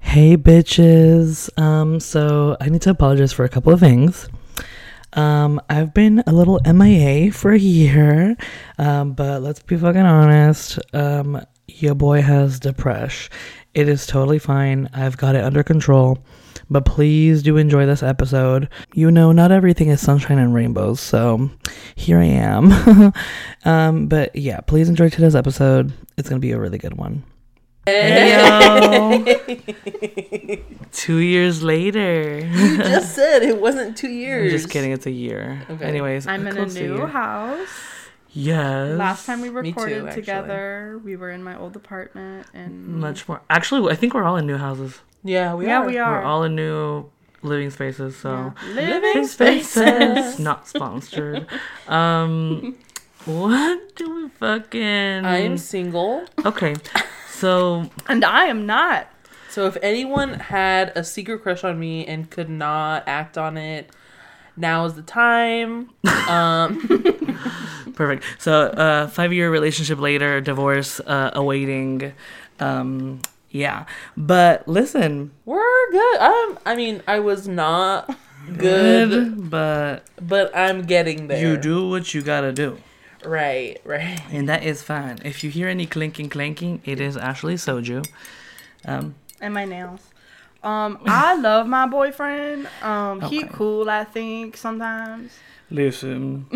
Hey bitches. Um so I need to apologize for a couple of things. Um I've been a little MIA for a year. Um but let's be fucking honest. Um your boy has depression. It is totally fine. I've got it under control. But please do enjoy this episode. You know, not everything is sunshine and rainbows, so here I am. um, but yeah, please enjoy today's episode. It's gonna be a really good one. Two years later. just said it wasn't two years. Just kidding, it's a year. Okay. Anyways, I'm in a close to new year. house. Yes. Last time we Me too, recorded actually. together, we were in my old apartment, and much more. Actually, I think we're all in new houses. Yeah, we yeah, are. we are We're all in new living spaces. So Yeah. living spaces, not sponsored. um, what do we fucking? I am single. okay. So and I am not. So if anyone had a secret crush on me and could not act on it, now is the time. Um, perfect. So uh, five year relationship later, divorce uh, awaiting. Um, yeah, but listen, we're good. Um, I mean, I was not good, good, but but I'm getting there. you do what you gotta do. right, right. And that is fine. If you hear any clinking, clanking, it is actually soju. Um, and my nails. Um, I love my boyfriend. Um, he Okay. cool. I think sometimes. listen,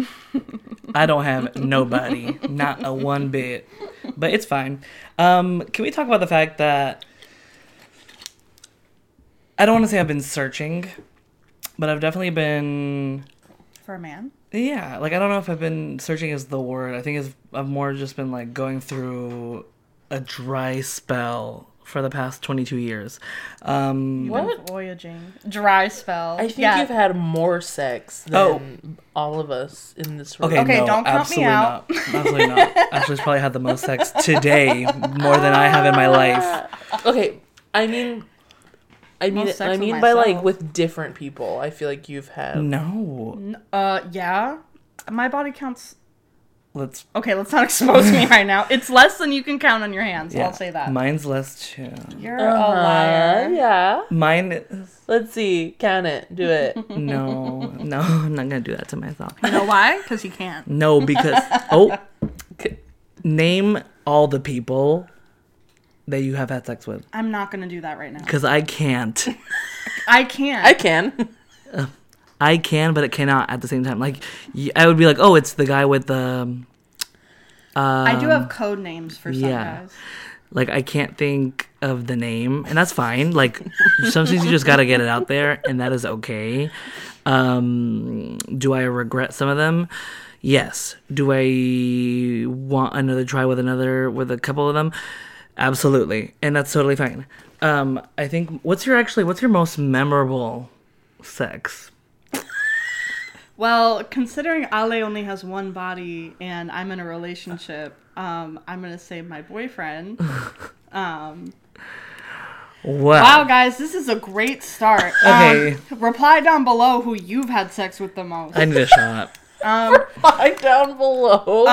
I don't have nobody, not a one bit, but it's fine. Um, can we talk about the fact that I don't want to say I've been searching, but I've definitely been. For a man, Yeah, like I don't know if I've been searching is the word. I think it's, I've more just been like going through a dry spell for the past 22 years. Um, What? Been voyaging, dry spell. I think Yeah. you've had more sex than Oh. all of us in this room. Okay, Okay, no, don't count me absolutely out. not. Absolutely not. Ashley's probably had the most sex today, more than I have in my life. Okay, I mean, I mean, Most sex I with mean by like myself. with different people. I feel like you've Mm. had. No, N- Uh, yeah. My body counts. let's. Okay, let's not expose me right now. It's less than you can count on your hands. Yeah. I'll say that. Mine's less too. You're Uh-huh, a liar. Yeah. Mine is Let's see. Count it. Do it. no, no. I'm not gonna do that to myself. You know why? Because you can't. No, because oh, name all the people that you have had sex with, I'm not gonna do that right now. because I can't. I can't. I can. I can, but it cannot at the same time. Like, y- I would be like, oh, it's the guy with the. I do have code names for some Um, yeah. guys. like I can't think of the name, and that's fine. Like sometimes you just gotta get it out there, and that is okay. Um, do I regret some of them? Yes. Do I want another try with another with a couple of them? Absolutely, and that's totally fine. Um, I think what's your actually what's your most memorable sex? Well, considering Ale only has one body and I'm in a relationship, um, I'm gonna say my boyfriend. Um, wow, Wow. guys, this is a great start. Okay. Um, reply down below who you've had sex with the most. I need a shot. Lie down below.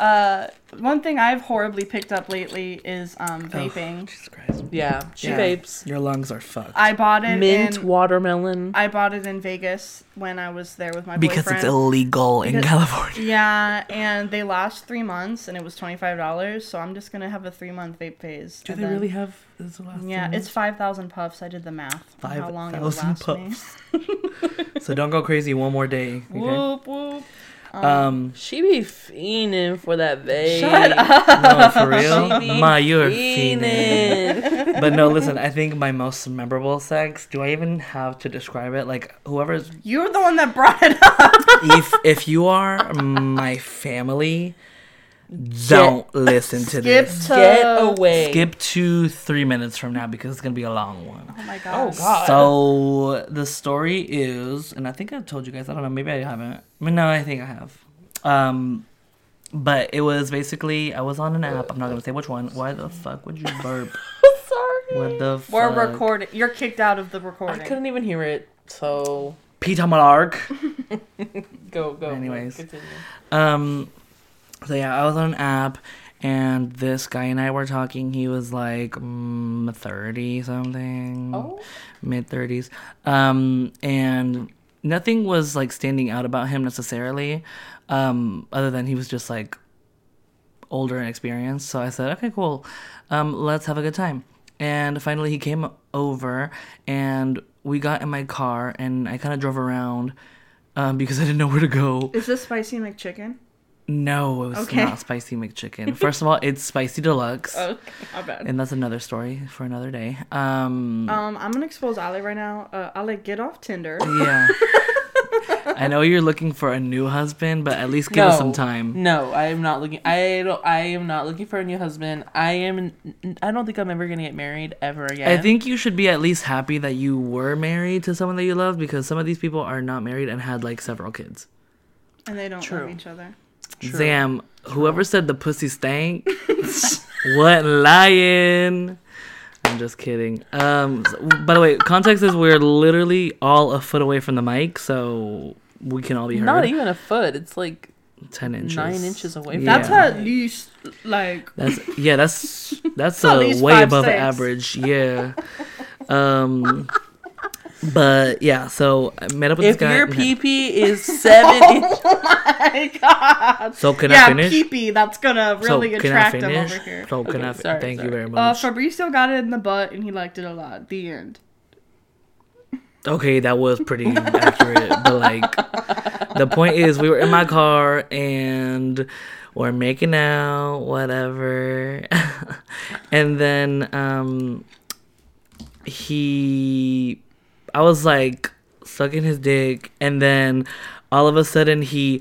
Uh, one thing I've horribly picked up lately is um, vaping. Jesus Christ. yeah. She Yeah. vapes. Your lungs are fucked. I bought it Mint in. watermelon. I bought it in Vegas when I was there with my Because boyfriend. it's illegal in Because- California. Yeah, and they last three months, and it was twenty five dollars. So I'm just gonna have a three month vape phase. Do and they then- really have this last Yeah, thing? it's five thousand puffs. I did the math. on Five how long it would thousand last me. puffs. so don't go crazy one more day. Okay? Whoop whoop. Um, She be fiending for that vape. Shut up. no, for She be real, Ma, you're fiending. fiending. But no, listen. I think my most memorable sex. Do I even have to describe it? Like whoever's, You're the one that brought it up. if if you are my family, don't listen to Skip this. to Get away. Skip to three minutes from now because it's gonna be a long one. Oh my god. God. So the story is, and I think I've told you guys. I don't know. Maybe I haven't. I mean, no, I think I have. Um, but it was basically I was on an app. I'm not gonna say which one. Why the fuck would you burp? Sorry. What the fuck? We're recording. You're kicked out of the I recording. couldn't even hear it. So Peter Malark. go go. Anyways. continue. Um, so yeah, I was on an app, And this guy and I were talking. He was like mm, 30 something, Oh. mid 30s. Um, and nothing was like standing out about him necessarily, um, other than he was just like older and experienced. So I said, okay, cool. Um, let's have a good time. And finally, he came over and we got in my car and I kind of drove around um, because I didn't know where to go. Is this spicy McChicken? No, it was Okay. not spicy McChicken. First of all, it's spicy deluxe. Oh, my bad. And that's another story for another day. Um, Um, I'm gonna expose Ale right now. Uh, Ale, get off Tinder. yeah. I know you're looking for a new husband, but at least give us some time. No, I am not looking. I don't. I am not looking for a new husband. I am. I don't think I'm ever gonna get married ever again. I think you should be at least happy that you were married to someone that you loved because some of these people are not married and had like several kids. And they don't True. love each other. True. Damn, whoever said the pussy stank, what lion? I'm just kidding. Um, so- by the way, context is we're literally all a foot away from the mic, so we can all be heard. not even a foot. It's like ten inches. nine inches away from yeah. That's at least like That's yeah. That's that's At uh, least way five, above six. average. Yeah. Um. But yeah, so I met up with if this guy. your PP is seven inches, oh my god. so can yeah, I finish? peepee. That's gonna really so can I attract them finish? over here. So can Okay, I? Fi- sorry, thank sorry. you very much. Uh, Fabrizio got it in the butt, and he liked it a lot. The end. Okay, that was pretty accurate. But like, the point is, we were in my car and we're making out, whatever. and then um, he, I was like sucking his dick, and then all of a sudden he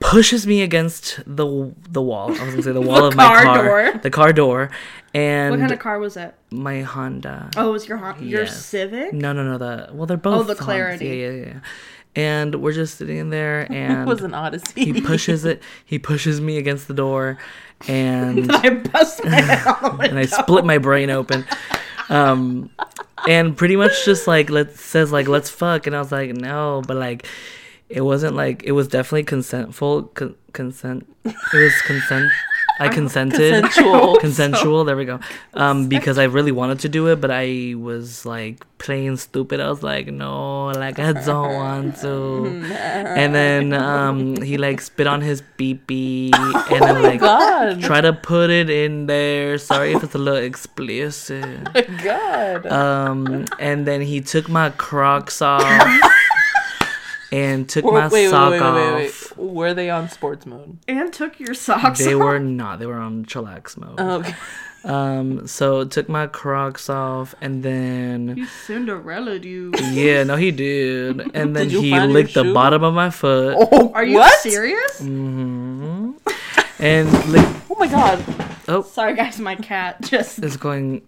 pushes me against the the wall. I was gonna say the wall of my car car, door. the car door, and What kind of car was it? my Honda. Oh, it was your Hon- your Yes. Civic? No, no, no. The well, they're both. the songs. clarity. Yeah, yeah, yeah. And we're just sitting in there, it and was an odyssey. he pushes it. He pushes me against the door, and I bust my head on the window. and I split my brain open. Um, and pretty much just like let says like let's fuck, and I was like no, but like it wasn't like it was definitely consentful con- consent. It was consent. I consented. Consensual. Consensual. There we go. Um, because I really wanted to do it, but I was like playing stupid. I was like, no, like I don't want to. And then um, he like spit on his pee pee, and then like Oh God. try to put it in there. Sorry if it's a little explicit. God. Um, and then he took my Crocs off and took my Wait, wait, sock wait, wait, wait, wait. off. Were they on sports mode? and took your socks They off. were not. They were on chillax mode. Okay. Um, so took my Crocs off, and then You Cinderella dude. yeah, no, he did. And then Did you he find your licked the shoe? bottom of my foot, Oh, Are you what? serious? hmm and licked. Oh my God. Oh, Sorry guys, my cat just It's going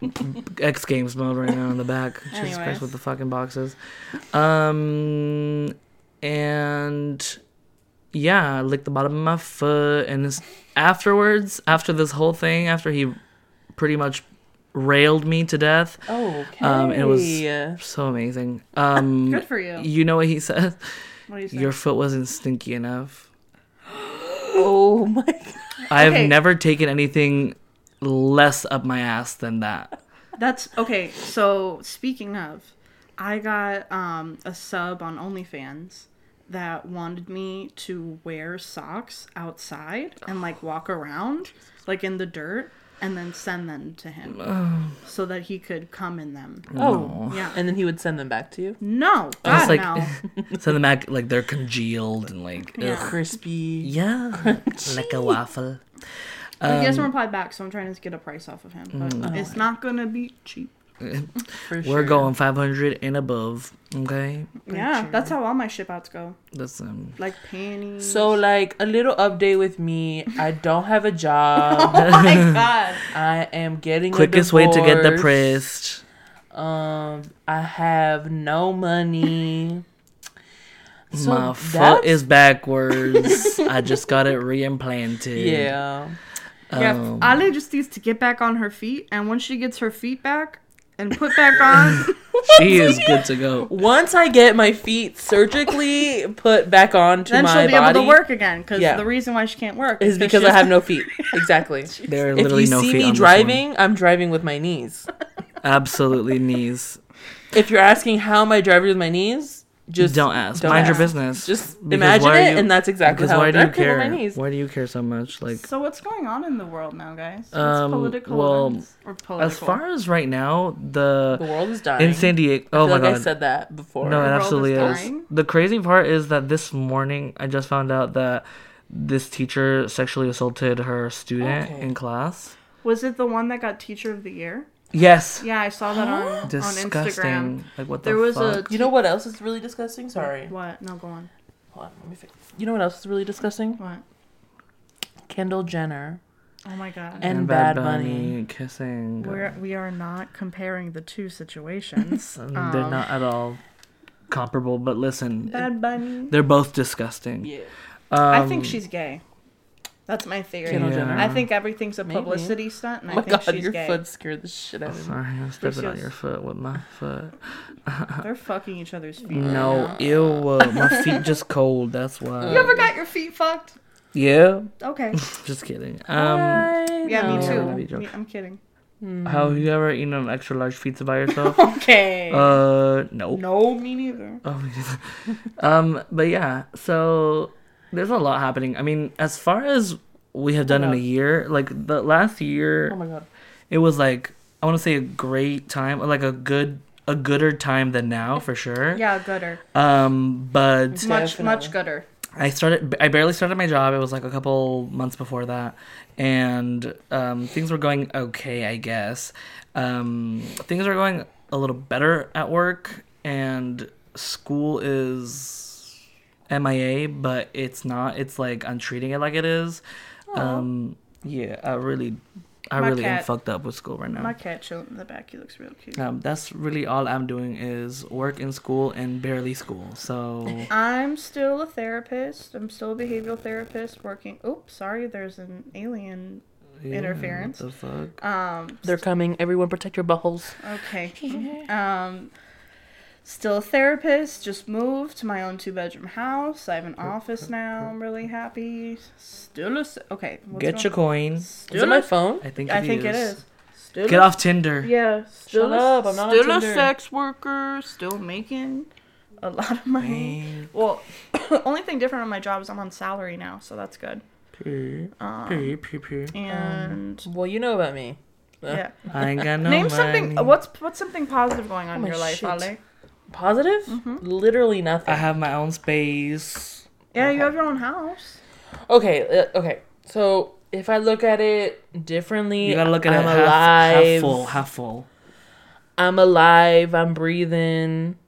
X Games mode right now in the back. Jesus Christ Anyways. with the fucking boxes. Um, and yeah, I licked the bottom of my foot. And this, afterwards, after this whole thing, after he pretty much railed me to death, Oh, okay. um, it was so amazing. Um, good for you. you know what he said? What do you say? Your foot wasn't stinky enough. Oh my God. I've Okay. never taken anything less up my ass than that. That's okay. So speaking of, I got um, a sub on OnlyFans that wanted me to wear socks outside and like walk around, like in the dirt, and then send them to him so that he could come in them. Oh. Yeah. And then he would send them back to you. No, It's God like no. send them back like they're congealed and like ugh. Yeah. Crispy. yeah, like a waffle. he hasn't replied back, so I'm trying to get a price off of him, but it's not gonna be cheap. For sure. We're going 500 and above. Okay, Yeah, that's how all my ship outs go. listen. Like panties. So, like, a little update with me. I don't have a job. oh my God. I am getting a Quickest way to get divorce. depressed. Um, I have no money. So My foot that's- is backwards. I just got it reimplanted. yeah. Um, Yeah, Ale just needs to get back on her feet, and once she gets her feet back, and put back on. She is good to go. Once I get my feet surgically put back onto then my she'll be body, able to work again because Yeah. the reason why she can't work is because I have no feet. Exactly. There are If literally you no see feet me on this driving, I'm driving with my knees. one. Absolutely knees. If you're asking how am I driving with my knees, just don't ask. don't Mind your ask. business. Just Because imagine why are it, you- and that's exactly Because how why I'm do you driving with care? my knees. Why do you care so much? Like So what's going on in the world now, guys? What's Um, political well, events? or political? as far as right now, The the world is dying. in San Diego. I Oh feel my like god. I said that before. No, it world absolutely is is. dying? The crazy part is that this morning I just found out that this teacher sexually assaulted her student Okay. in class. was it the one that got Teacher of the Year? Yes. Yeah, I saw that on on Instagram. Disgusting. Like what the There was a- fuck? You know what else is really disgusting? Sorry. What? No, go on. Hold on, let me fix. You know what else is really disgusting? What? Kendall Jenner Oh my god. and, Bad, Bunny. kissing. We're, we are not comparing the two situations. Um, they're not at all comparable, but listen, Bad Bunny. they're both disgusting. Yeah. I um, think she's gay. That's my theory. Kendall Yeah. Jenner. I think everything a Maybe. publicity stunt, and Oh I my think god, she's your gay. foot scared the shit out of me. Sorry, I'm stepping on Preciosa. your foot with my foot. They're fucking each other's feet. Mm. No, ew. uh, my feet just cold. That's why. You ever got your feet fucked? yeah. Okay. Just kidding. Um, Yeah, me No. too. That'd be a joke. Me- I'm kidding. have you ever eaten an extra large pizza by yourself? Okay. uh, no. no, me neither. Oh, yeah. um, but yeah, so there's a lot happening. I mean, as far as we have done in a year, like the last year, Oh my god. it was like I want to say a great time, like a good, a gooder time than now for sure. Yeah, gutter. Um, but Much, Definitely. much gutter. I started. I barely started my job. It was like a couple months before that, and um, things were going okay, I guess. Um, things are going a little better at work, and school is MIA, but it's not. It's like I'm treating it like it is. Um, yeah, I really, I My really am cat- fucked up with school right now. My cat chilling in the back. He looks real cute. um, that's really all I'm doing is work and school and barely school. So I'm still a therapist. I'm still a behavioral therapist working. Oops, sorry. There's an alien. yeah, Interference. What the fuck? Um, They're coming. Everyone protect your buttholes. Okay. um, still a therapist. Just moved to my own two bedroom house. I have an office now. I'm really happy. Still a s- okay. what's Get going- your coin. Is it Still my a, phone? I think I think it is. Still Get a- off Tinder. Yeah. Still Shut a, up, I'm not on still a Tinder. sex worker. Still making a lot of money. Well, only thing different on my job is I'm on salary now, so that's good. Um, and Well, you know about me. yeah. I ain't got Uh, no Name money. something. What's what's something positive going on Oh my in your life, shit. Ale? Positive? Mm-hmm. Literally nothing. I have my own space. Yeah, you have your own house. okay, uh, okay. So if I look at it differently, You gotta look at I'm it half, alive. half full, half full. I'm alive. I'm breathing.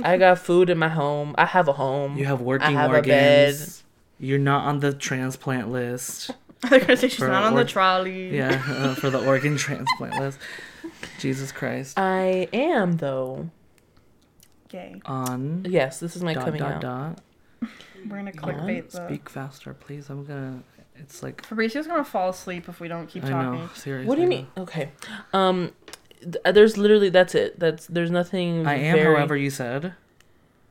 I got food in my home. I have a home. You have working have a organs. You're not on the transplant list. They're gonna say she's For not on the work- trolley. Yeah, uh, for the organ transplant list. Jesus Christ. I am though. Okay, On Yes, this is my dot coming dot out. dot. we're gonna On. clickbait the. Speak faster, please. I'm gonna. It's like Fabrizio's gonna fall asleep if we don't keep I talking. know. Seriously. What do you mean? Okay. Um, th- there's literally that's it. That's there's nothing. I am, very- however, you said.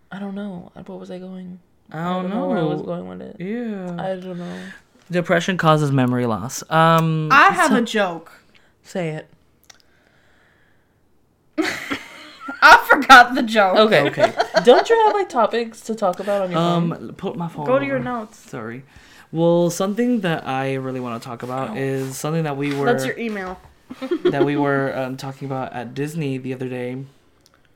I don't know. Uh, What was I going? I don't, know. where I was going with it. Yeah. I don't know. Depression causes memory loss. Um, I have a joke. Say it. I forgot the joke. Okay. Okay. don't you have like topics to talk about on your phone? um, put my phone. Go to your over. notes. Sorry. Well, something that I really want to talk about is something that we That's your were email. that we were um, talking about at Disney the other day.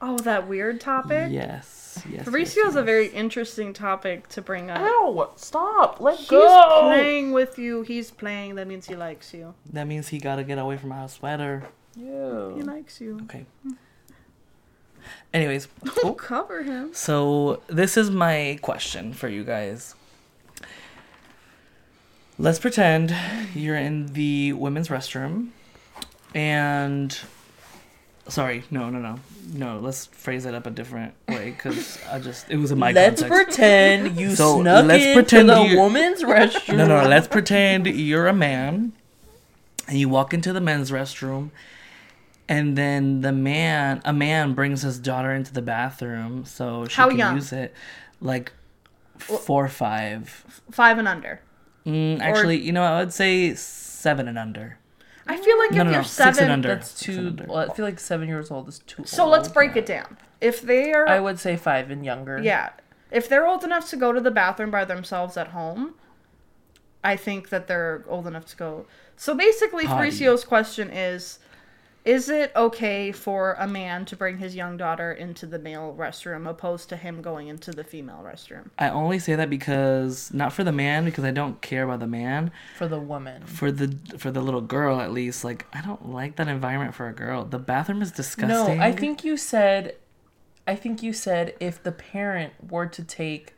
Oh, that weird topic. Yes, yes. Fabrizio has a very interesting topic to bring up. Ow! Stop. Let He's go. playing with you. He's playing. That means he likes you. yes. That means he got to get away from our sweater. Oh. He Ew. likes you. Okay. Anyways, oh, Don't cover him. so this is my question for you guys. Let's pretend you're in the women's restroom and sorry, no, no, no. No, let's phrase it up a different way cuz I just it was in my let's context. pretend you So, snuck let's into pretend the you- woman's restroom. No, no, let's pretend you're a man and you walk into the men's restroom And then the man, a man, brings his daughter into the bathroom so she How can young? use it, like four or five. Five and under. Mm, actually, you know, I would say seven and under. I feel like No, no, if no, you're six and seven, under. That's Six and too. under. Well, I feel like seven years old is too. so old. let's break it down. If they are, I would say five and younger. yeah, if they're old enough to go to the bathroom by themselves at home, I think that they're old enough to go. So basically, Potty. Fabrizio's question is. Is it okay for a man to bring his young daughter into the male restroom opposed to him going into the female restroom? I only say that because not for the man because I don't care about the man. For the woman. For the for the little girl at least, like I don't like that environment for a girl. The bathroom is No, disgusting. I think you said. I think you said if the parent were to take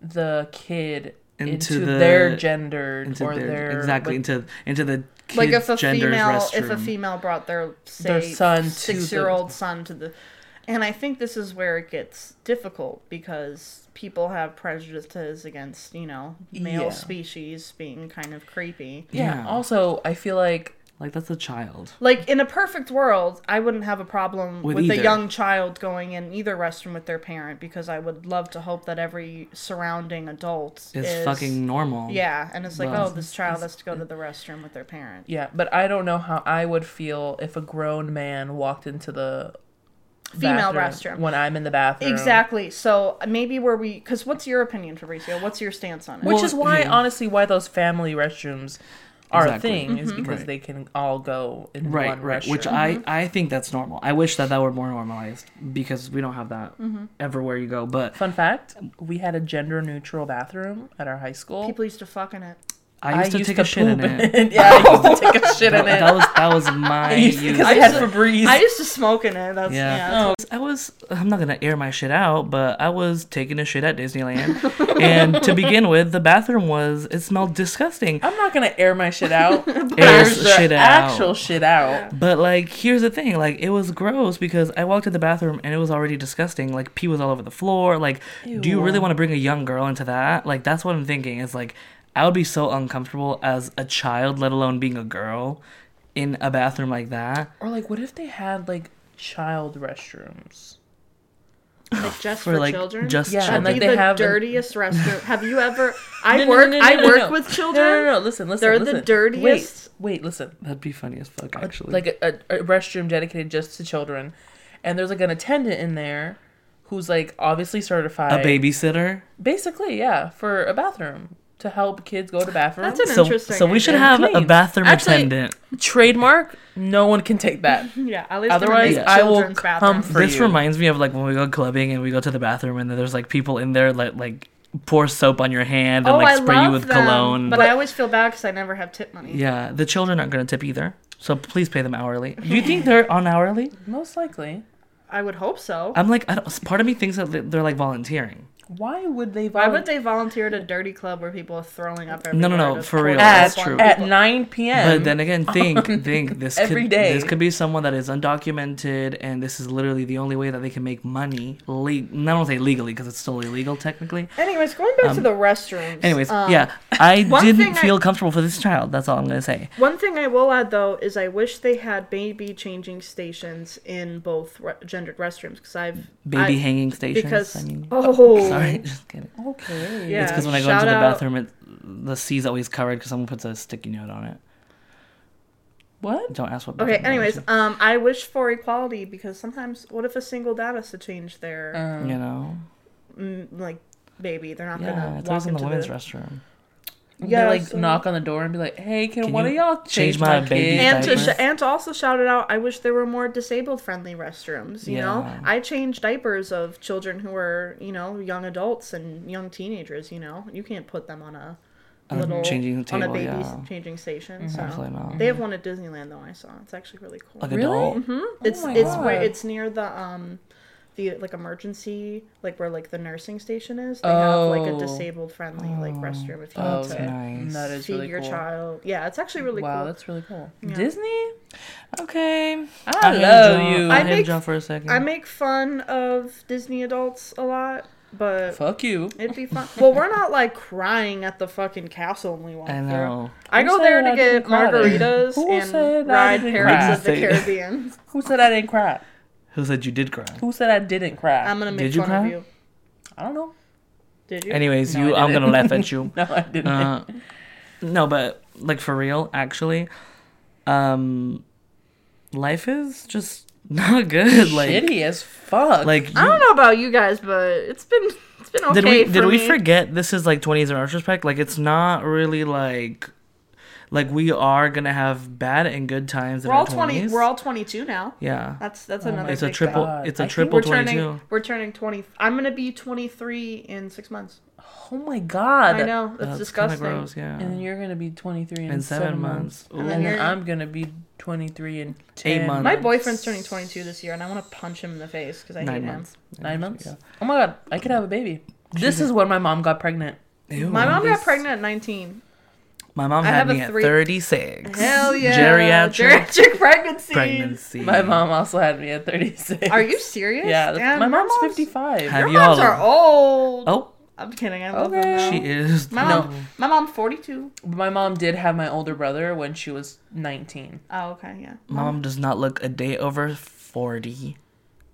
the kid into, Into the- their gendered into or their, their, exactly what- into into the kids like if a gender's female if a restroom. female brought their say Their son to the- six year old son to the and I think this is where it gets difficult because people have prejudices against, you know, male Yeah. species being kind of creepy. yeah. yeah. Also, I feel like like that's a child. Like in a perfect world, I wouldn't have a problem with, With a either. young child going in either restroom with their parent because I would love to hope that every surrounding adult It's is fucking normal. yeah, and it's like, Well, oh, this child has to go to the restroom with their parent. yeah, but I don't know how I would feel if a grown man walked into the Female bathroom restroom. when I'm in the bathroom. Exactly. So uh, maybe where we, because what's your opinion, Fabrizio? What's your stance on it? Which Well, is why, yeah. honestly, why those family restrooms are Exactly. a thing is Mm-hmm. because Right. they can all go in Right, one right. restroom. Which I I think that's normal. I wish that that were more normalized because we don't have that everywhere you go. But Fun fact: We had a gender-neutral bathroom at our high school. People used to fuck in it. I used to take a shit in poop it. yeah, I used to take a shit that, in it. that was that was my use. I had Febreze. I used to smoke in it. That's Yeah. yeah. Oh, I was I'm not gonna air my shit out, but I was taking a shit at Disneyland. and to begin with, the bathroom was it smelled disgusting. I'm not gonna air my shit out. Airs There's the shit out. actual shit out. But like here's the thing, like it was gross because I walked in the bathroom and it was already disgusting. Like pee was all over the floor. Like do you really want to bring a young girl into that? Like that's what I'm thinking. It's like I would be so uncomfortable as a child, let alone being a girl in a bathroom like that. Or like, what if they had like child restrooms? Like just For, for, like children. just Yeah, and, children. like, Be they the have an- dirtiest restroom. Have you ever? I No, no, work. no, no, I no, work no. with children. No, no, no. Listen, listen. They're the listen. dirtiest- Wait, wait, listen. That'd be funny as fuck actually. uh, Like a, a, a restroom dedicated just to children, and there's like an attendant in there, who's like obviously certified. a babysitter. Basically, yeah, for a bathroom to help kids go to bathrooms. That's an So, interesting. so we should idea. have a clean. bathroom Actually- attendant. trademark. No one can take that. Yeah. At least Otherwise, otherwise, I will children's come bathrooms. for This you. reminds me of like when we go clubbing and we go to the bathroom and there's like people in there that like pour soap on your hand and Oh, like I spray you love with them, cologne. but I always feel bad because I never have tip money. yeah, the children aren't gonna tip either, so please pay them hourly. Do you think they're on hourly? Most likely. I would hope so. I'm like, I don't, part of me thinks that they- they're like volunteering. Why would they? Why volun- would they volunteer at a dirty club where people are throwing up? no, everywhere no, just for real, pouring that's at, up on true. at people? 9 p.m. But then again, think, think. This every could, day. this could be someone that is undocumented, and this is literally the only way that they can make money. Le- I don't say legally because it's still illegal technically. Anyways, going back to the restrooms. Anyways, um, yeah, I one didn't thing I- feel comfortable for this child. That's all I'm gonna say. One thing I will add though is I wish they had baby changing stations in both re- gendered restrooms because I've Baby I- hanging stations. because I mean, oh sorry, just kidding. okay. Yeah. It's because when I go into shout the out- bathroom, it, the C's always covered because someone puts a sticky note on it. What? Don't ask what. okay. bathroom I went Anyways, um, I wish for equality because sometimes what if a single dad has to change their Um, to, you know, mm, like baby? They're not Uh. yeah, gonna it's walk always in into the women's the restroom. Yeah. Yeah, like so- knock on the door and be like, "Hey, can, Can one of you y'all change, my, baby?" and to diapers. sh- and to also shout it out, I wish there were more disabled friendly restrooms. You know, Yeah. I change diapers of children who are you know young adults and young teenagers. You know, you can't put them on a On a little changing on a table, baby yeah. changing Mm-hmm. station. So Absolutely not. they have one at Disneyland though. I saw it's actually really cool. Like Really? a doll. it's Oh my it's where God. it's near the um the like emergency like where like the nursing station is. They have like Oh. a disabled friendly like restroom if you Oh, want okay. to. nice. That is Feed really your cool. child. Yeah, it's actually really wow, cool. that's really cool. Yeah. Disney, Okay. I, hated love John- you. I I hated make- John for a second. I make fun of Disney adults a lot but Fuck you. it'd be fun. well, we're not like crying at the fucking castle when we walk I through. know. I Who go said there I to get didn't cry? margaritas Who said and I ride didn't Pirates of the cry? Caribbean. Who said I didn't cry? Who said you did cry? Who said I didn't cry? I'm gonna make Did you fun cry? of you. I don't know. Did you? Anyways, No, you. I I'm gonna didn't. laugh at you. No, I didn't. Uh, no, but like for real, actually, um, life is just not good. Like, Shitty as fuck. like I you- don't know about you guys, but it's been it's been okay did we for did we me. forget this is like 20s in retrospect? Like, it's not really like like we are gonna have bad and good times. We're in our all twenty. 20s. We're all Oh twenty-two now. yeah. That's that's another. It's a big triple. fact. God. It's I a think triple We're 22. turning. We're turning twenty. I'm gonna be twenty-three in six months. oh my god. I Uh, know that's, That's kinda disgusting. gross. Yeah. And then you're gonna be 23 in, in Um, seven, seven months. months. And And then you're- I'm gonna be 23 in 10 months. My boyfriend's turning twenty-two this year, and I want to punch him in the face because I Nine hate months. Nine months. Oh my god, I could have a baby. This is when my mom got pregnant. Ew. him. My mom got pregnant at nineteen. My mom I had have a me at three- 36. Hell yeah! Geriatric Geriatric pregnancies. pregnancy. My mom also had me at 36. Are you serious? Yeah, Damn, my your mom's 55. Have Your moms y'all- are old. Oh, I'm kidding. I love Okay. them. though. she is. My No. mom, my mom, 42. My mom did have my older brother when she was 19. Oh, okay, yeah. Mom does not look a day over 40.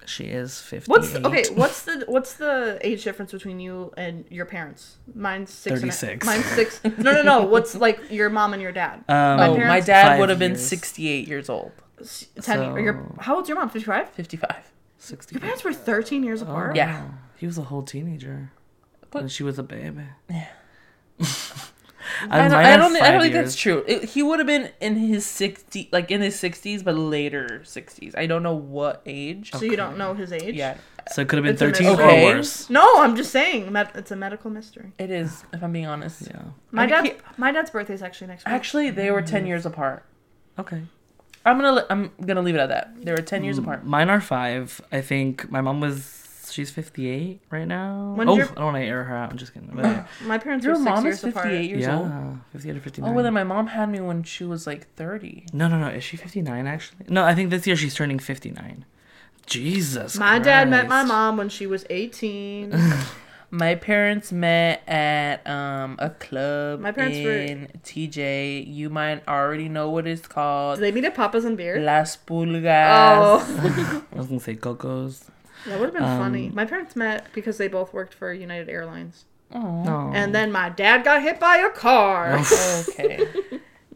She is 50. What's okay? What's the what's the age difference between you and your parents? Mine's six. and a- 36. mine's six. No, no, no. What's like your mom and your dad? Um, oh, my parents- dad Five would have been years. 68 years old. S- Ten. or your, how old's your mom? Fifty-five. 55. 60. Your parents were thirteen years apart. Yeah. Oh. He was a whole teenager. But- and she was a baby. Yeah. I, I mine don't, I are don't, thi- I five don't think that's years. true. It, he would have been in his 60, like in his 60s, but later 60s. I don't know what age. So you don't know his age? Yeah, So it could have been It's a 13 mystery. or Okay. worse. No, I'm just saying. med- It's a medical mystery. it is, if I'm being honest. Yeah. My And dad. he- my dad's birthday's actually next week. Actually, they were 10 years apart. Okay. I'm gonna li- I'm gonna leave it at that. They were 10 years apart. Mine are five. I think my mom was. She's 58 right now. When's oh, your- I don't want to air her out. I'm just kidding. But, my parents Your were six mom years is 58 apart. years old. yeah. 58 or 59. Oh, well, then my mom had me when she was like 30. No, no, no. Is she 59 actually? No, I think this year she's turning 59. Jesus. My dad met my Christ. mom when she was 18. My parents met at um a club My parents were- in TJ. You might already know what it's called. Did they meet at Papa's and Beer? Las Pulgas. Oh, I was going to say Coco's. that would have been Um, funny. My parents met because they both worked for United Airlines. Oh. No. And then my dad got hit by a car. okay.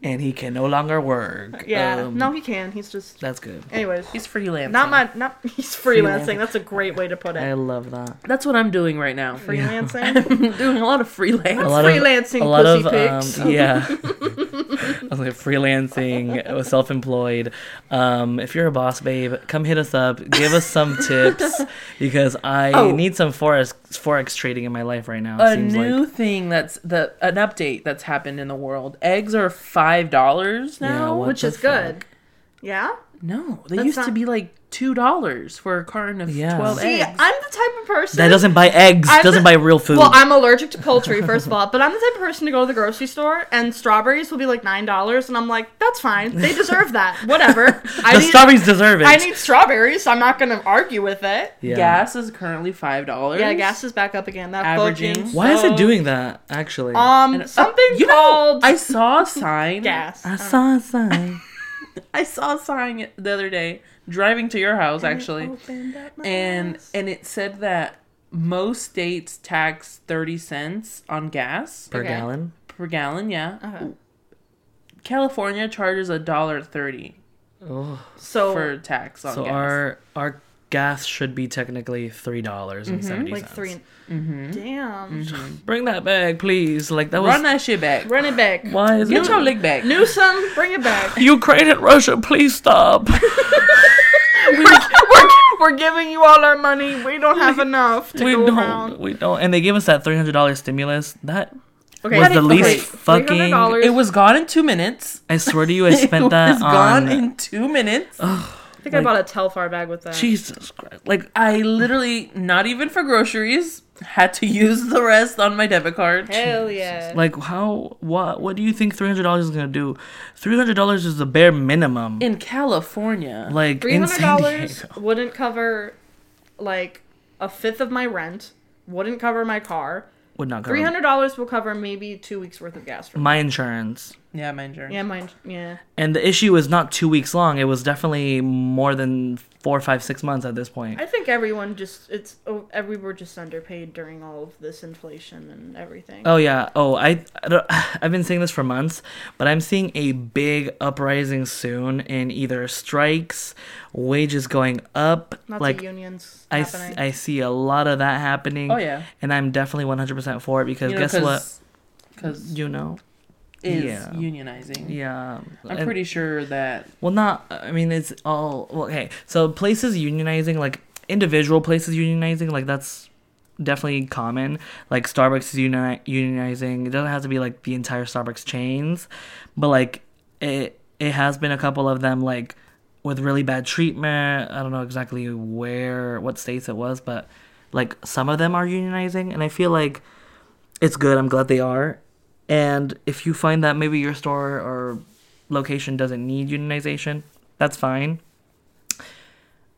And he can no longer work. yeah. Um, no, he can. He's just. That's good. Anyways, He's freelancing. not my. Not he's freelancing. That's a great way to put I it. love that. That's what I'm doing right now. Freelancing. I'm doing a lot of freelance. A lot of- freelancing a lot pussy of pics. um, yeah. I was like freelancing, uh, self-employed. Um, if you're a boss babe, come hit us up. Give us some tips because I Oh. need some forex forex trading in my life right now. it A seems new like thing that's the an update that's happened in the world. Eggs are five dollars now. Yeah, what which the is good. Yeah. No, they That's used to not- be like two dollars for a carton of Yeah. twelve See, eggs. I'm the type of person that doesn't buy eggs. I've doesn't been- buy real food. Well, I'm allergic to poultry, first of all, but I'm the type of person to go to the grocery store and strawberries will be like nine dollars, and I'm like, that's fine. They deserve that. Whatever. I the need, strawberries deserve it. I need strawberries. I'm not gonna argue with it. Yeah. Gas is currently five dollars. Yeah, gas is back up again. That Averaging. fucking Why is it sucks. doing that? uh, Actually, um something Uh, You know, called I saw a sign. gas? I saw a sign. I saw a sign the other day driving to your Oh, house actually, and and it said that most states tax thirty cents on gas per Okay. gallon. per gallon. Yeah, Okay. California charges a dollar thirty Ugh. so for tax on So gas. our our gas should be technically three dollars and seventy like cents. 3 Damn. Bring that back, please. Like that was Run that shit back. Run it back. why is Get it your lick back. Newsom, bring it back. Ukraine and Russia? Please stop. we're, we're, we're giving you all our money. We don't have enough to we go don't. around. We don't. And they gave us that three hundred dollars stimulus. That Okay, was the okay, least fucking. $300. It was gone in two minutes. I swear to you, I it spent was that gone on. in two minutes. I think I bought a Telfar bag with that. Jesus Christ! Like I literally, not even for groceries, had to use the rest on my debit card. Hell yeah. Like how what what do you think three hundred dollars is gonna do? Three hundred dollars is the bare minimum. In California. like Three in hundred San dollars Diego. wouldn't cover like a fifth of my rent, wouldn't cover my car. Would not cover Three hundred dollars will cover maybe two weeks worth of gas for me. my insurance. Yeah, my insurance. Yeah, mine. Yeah, And the issue is not two weeks long. It was definitely more than four, five, six months at this point. I think everyone just it's oh, every we're just underpaid during all of this inflation and everything. Oh yeah. Oh, I, I don't, I've been saying this for months, but I'm seeing a big uprising soon in either strikes, wages going up. Lots like of unions I, s- happening. I see a lot of that happening. Oh, yeah. And I'm definitely 100% for it because You know, guess what? Because You know. is yeah. unionizing. Yeah. I'm And- pretty sure that Well, not. I mean, it's all. Well, okay. So places unionizing, like individual places unionizing, like that's definitely common. Like Starbucks is uni- unionizing. It doesn't have to be like the entire Starbucks chains, but like it. It has been a couple of them like with really bad treatment. I don't know exactly where, what states it was, but like some of them are unionizing, and I feel like it's good. I'm glad they are. And if you find that maybe your store or location doesn't need unionization, that's fine.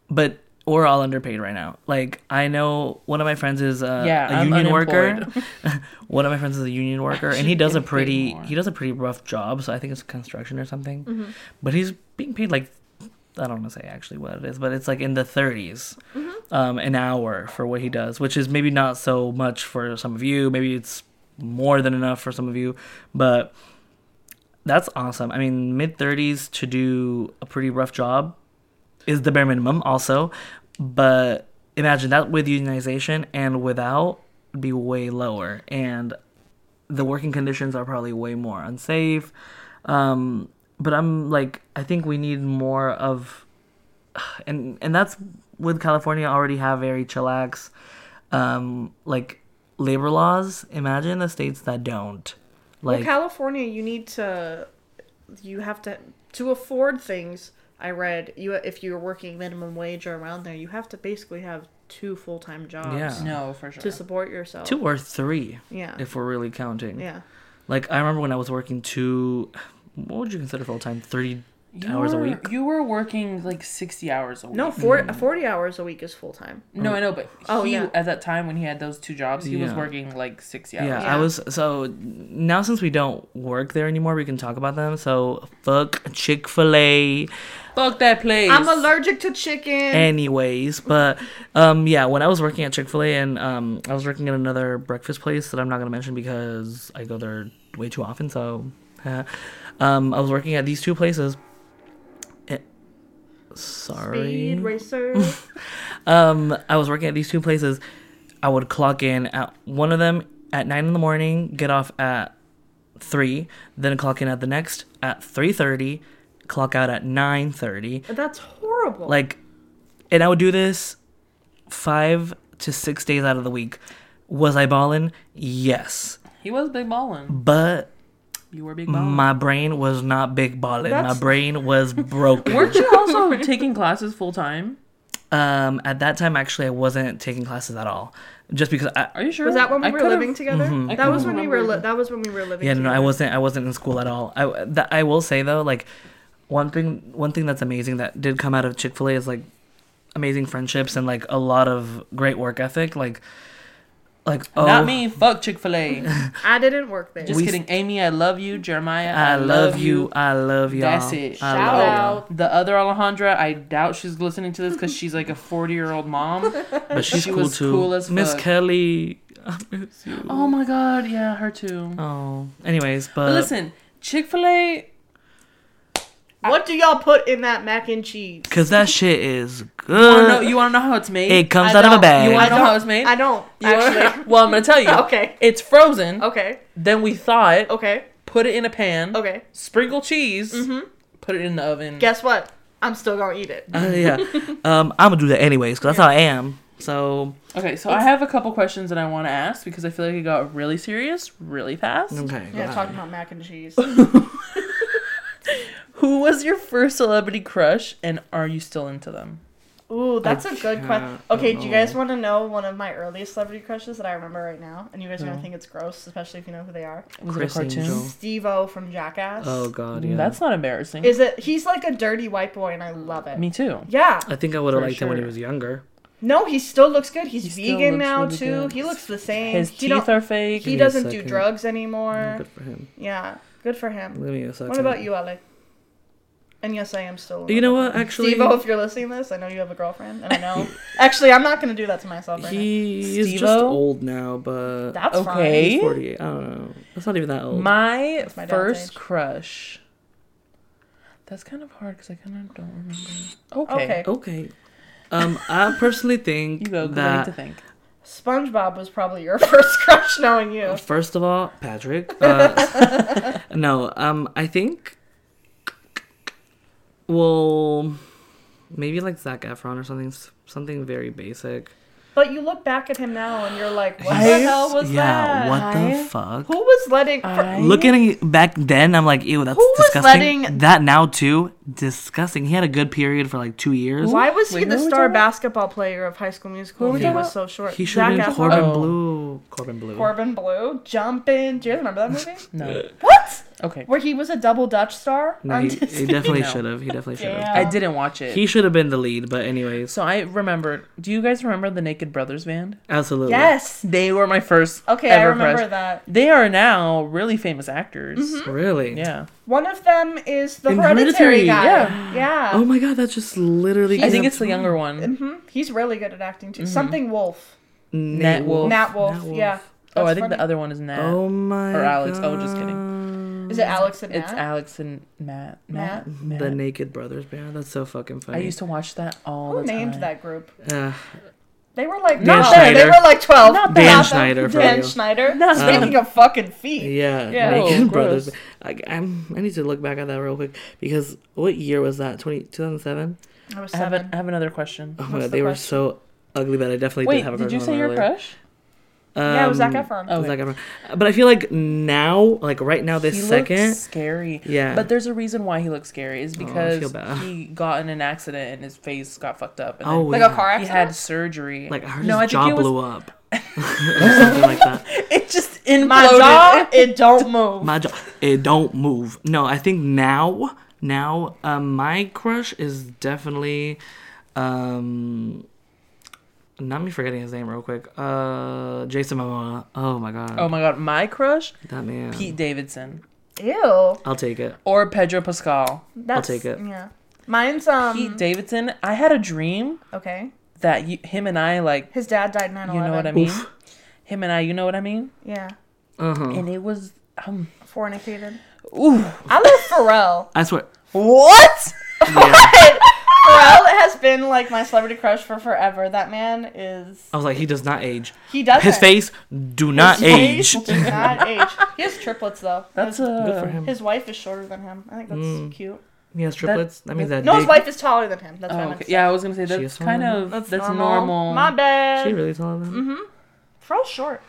But we're all underpaid right now. Like I know one of my friends is a, Yeah, a I'm union worker. unemployed. one of my friends is a union worker, and he should does a get paid pretty more. he does a pretty rough job. So I think it's construction or something. But he's being paid like I don't want to say actually what it is, but it's like in the 30s um, an hour for what he does, which is maybe not so much for some of you. Maybe it's more than enough for some of you, but that's awesome. I mean, mid 30s to do a pretty rough job is the bare minimum, also. But imagine that with unionization and without would be way lower, and the working conditions are probably way more unsafe. Um, but I'm like, I think we need more of and and that's with California already have very chillax, um, like labor laws. Imagine the states that don't. well, Like California, you need to you have to to afford things. I read you if you're working minimum wage or around there, you have to basically have two full time jobs Yeah. no, for sure. to support yourself. two or three, Yeah. if we're really counting. Yeah. Like I remember when I was working two, what would you consider full time? Thirty You hours were, a week. You were working like 60 hours a week. Mm. No, 40, 40 hours a week is full time. No, I know, but Oh, he yeah. at that time when he had those two jobs, he was Yeah. working like 60 hours. Yeah, Yeah. I was so now since we don't work there anymore, we can talk about them. So fuck Chick Fil A. Fuck that place. I'm allergic to chicken. anyways but um yeah when i was working at chick-fil-a and um i was working at another breakfast place that i'm not gonna mention because i go there way too often so uh, um i was working at these two places Eh, Speed sorry racer. um i was working at these two places i would clock in at one of them at nine in the morning get off at three then clock in at the next at 3.30 clock out at 9.30 That's horrible. like and i would do this five to six days out of the week was i balling yes he was big ballin'. but You were big ballin'. my brain was not big balling my That's- brain was broken Weren't you also taking classes full time? um at that time actually i wasn't taking classes at all just because i Mm-hmm. Are you sure? was that when we I were could've- living together? I That was could've when we were. Li- remembered. that was when we were living. yeah no, no i together. wasn't i wasn't in school at all i that, i will say though like one thing one thing that's amazing that did come out of chick-fil-a is like amazing friendships and like a lot of great work ethic like like oh Not me. Fuck Chick Fil A. I didn't work there. Just We- kidding. Amy, I love you. Jeremiah, I, love you. I love y'all. That's it. I Shout love out. y'all. The other Alejandra, I doubt she's listening to this because she's like a forty-year-old mom. But she's She cool was too. cool as Miss fuck. Kelly. I miss you. oh my god, yeah, her too. Oh. Anyways, but But listen, Chick Fil A. What do y'all put in that mac and cheese? cause that shit is wanna know- good. You want to know how it's made? uh, it comes I out of a don't- bag. you I want to know don't- how it's made? I don't You wanna- actually. well, I'm gonna tell you. okay. It's frozen. Okay. Then we thaw it. Okay. Put it in a pan. Okay. Mm-hmm. Sprinkle cheese. Put it in the oven. Guess what? I'm still gonna eat it. Uh, yeah. Um, I'm gonna do that anyways, cause that's how I am. So Okay, so I have a couple questions that I want to ask because I feel like it got really serious really fast. okay. Yeah, go ahead. talking about mac and cheese. Who was your first celebrity crush, and are you still into them? Ooh, that's a good question. can't- Okay, I do you don't guys know. want to know one of my earliest celebrity crushes that I remember right now? And you guys are gonna think it's gross, especially if you know who they are. Was Chris it a cartoon? Angel. Steve O from Jackass. Oh god, yeah. Mm, That's not embarrassing. Is it? He's like a dirty white boy, and I love it. Mm. Me too. Yeah. I think I would have For liked him when he sure. was younger. No, he still looks good. He's He still vegan looks now really too. good. He looks the same. His he teeth don't- are fake. he Give me a doesn't do second. drugs Oh, anymore. good for him. Yeah, good for him. Give me a second. What about you, Ale? And yes, I am still. You know what? Actually, Steve-O, if you're listening to this, I know you have a girlfriend, and I know. Actually, I'm not gonna do that to myself right he is just Steve-O? old now, but now. That's Okay. he's 48. I don't know. That's not even that old. My, my dad's first age. crush. That's kind of hard because I kind of don't remember. fine. Okay. Okay. Okay. Um, I personally think You go, 'cause I need to that think. SpongeBob was probably your first crush, knowing you. first of all, Patrick. Uh, no, um, I think. Well, maybe like Zach Efron or something, something very basic. But you look back at him now, and you're like, what the He's- hell was that? yeah, what I- the fuck? Who was letting? I- Looking back then, I'm like, ew, that's Who was disgusting. letting- That now too, disgusting. He had a good period for like two years. Why was he Wait, the who are we star talking about? basketball player of High School Who are Musical? we He talking was about? so short. He should have been Efron? Corbin Oh. Blue. Corbin Blue. Corbin Blue, jumping. Do you remember that movie? No. what? Okay. Where he was a double Dutch star? no, on he, Disney? he definitely No. should have. He definitely should have. Damn. I didn't watch it. He should have been the lead, but anyways, so I remember. Do you guys remember the Naked Brothers band? absolutely. yes. They were my first. Okay, I ever remember crush. that. They are now really famous actors. Mm-hmm. Really? Yeah. One of them is the In hereditary, Hereditary, guy. yeah. Yeah. Oh my god, that's just literally. I think it's the younger one. hmm He's really good at acting too. Something Wolf. Nat Mm-hmm. Wolf. Nat Wolf. Yeah. Oh, I That's think the funny. other one is Nat. Oh my. Or Alex. God. Oh, just kidding. Is it Alex and It's Nat? Alex and Matt. Matt. Matt. The Naked Brothers band. That's so fucking funny. I used to watch that all Who the time. named that group? Uh, They were like Dan not there. They Schneider. were like twelve. Not Um, Dan Not them. Schneider for Dan you. Schneider. Not them. Speaking of fucking feet. yeah. Yeah. Naked Oh, Brothers. gross. I, I'm, I need to look back at that real quick because what year was that? 20, 2007? I was I have, a, seven. I have another question. Oh my What's god, the they were question? so ugly that I definitely did Wait, have a did you crush on say them your earlier. crush? yeah, it was Zac Um, Efron. Oh, it was Zac Efron. But I feel like now, like right now, this he second, looks scary. Yeah. Oh, But there's a reason why he looks scary is because bad. he got in an accident and his face got fucked up. And Oh, then like yeah. a car he accident. had surgery. like her No, I his think jaw it was- blew up, or something like that. it just imploded. My jaw, it don't move. My jaw, it don't move. No, I think now, now, um, my crush is definitely, um, not me forgetting his name real quick. Uh, Jason Momoa. Oh my god, Oh my god, my crush, that man. Pete Davidson Ew. I'll take it. or Pedro Pascal. That's, take it. Yeah. Mine's um. Pete Davidson. I had a dream okay. that you, him and I like. His dad died 9 You 11. know what I mean? Him and I. You know what I mean? Yeah. Uh huh. And it was. Um, Fornicated. ooh. I love Pharrell. I swear. What? Yeah. Pharrell has been like my celebrity crush for forever. That man is. I was like, he does not age. He does. His face do not age. Does not age. He has triplets though. That's uh, his, a. Good for him. his wife is shorter than him. I think that's Mm. cute. He has triplets. That, means that. No, his dick- wife is taller than him. That's Oh, what I meant okay. to say. Yeah, I was gonna say She that's is kind normal. of that's, normal. My bad. Mm-hmm. She really tall. Though? Pharrell's short.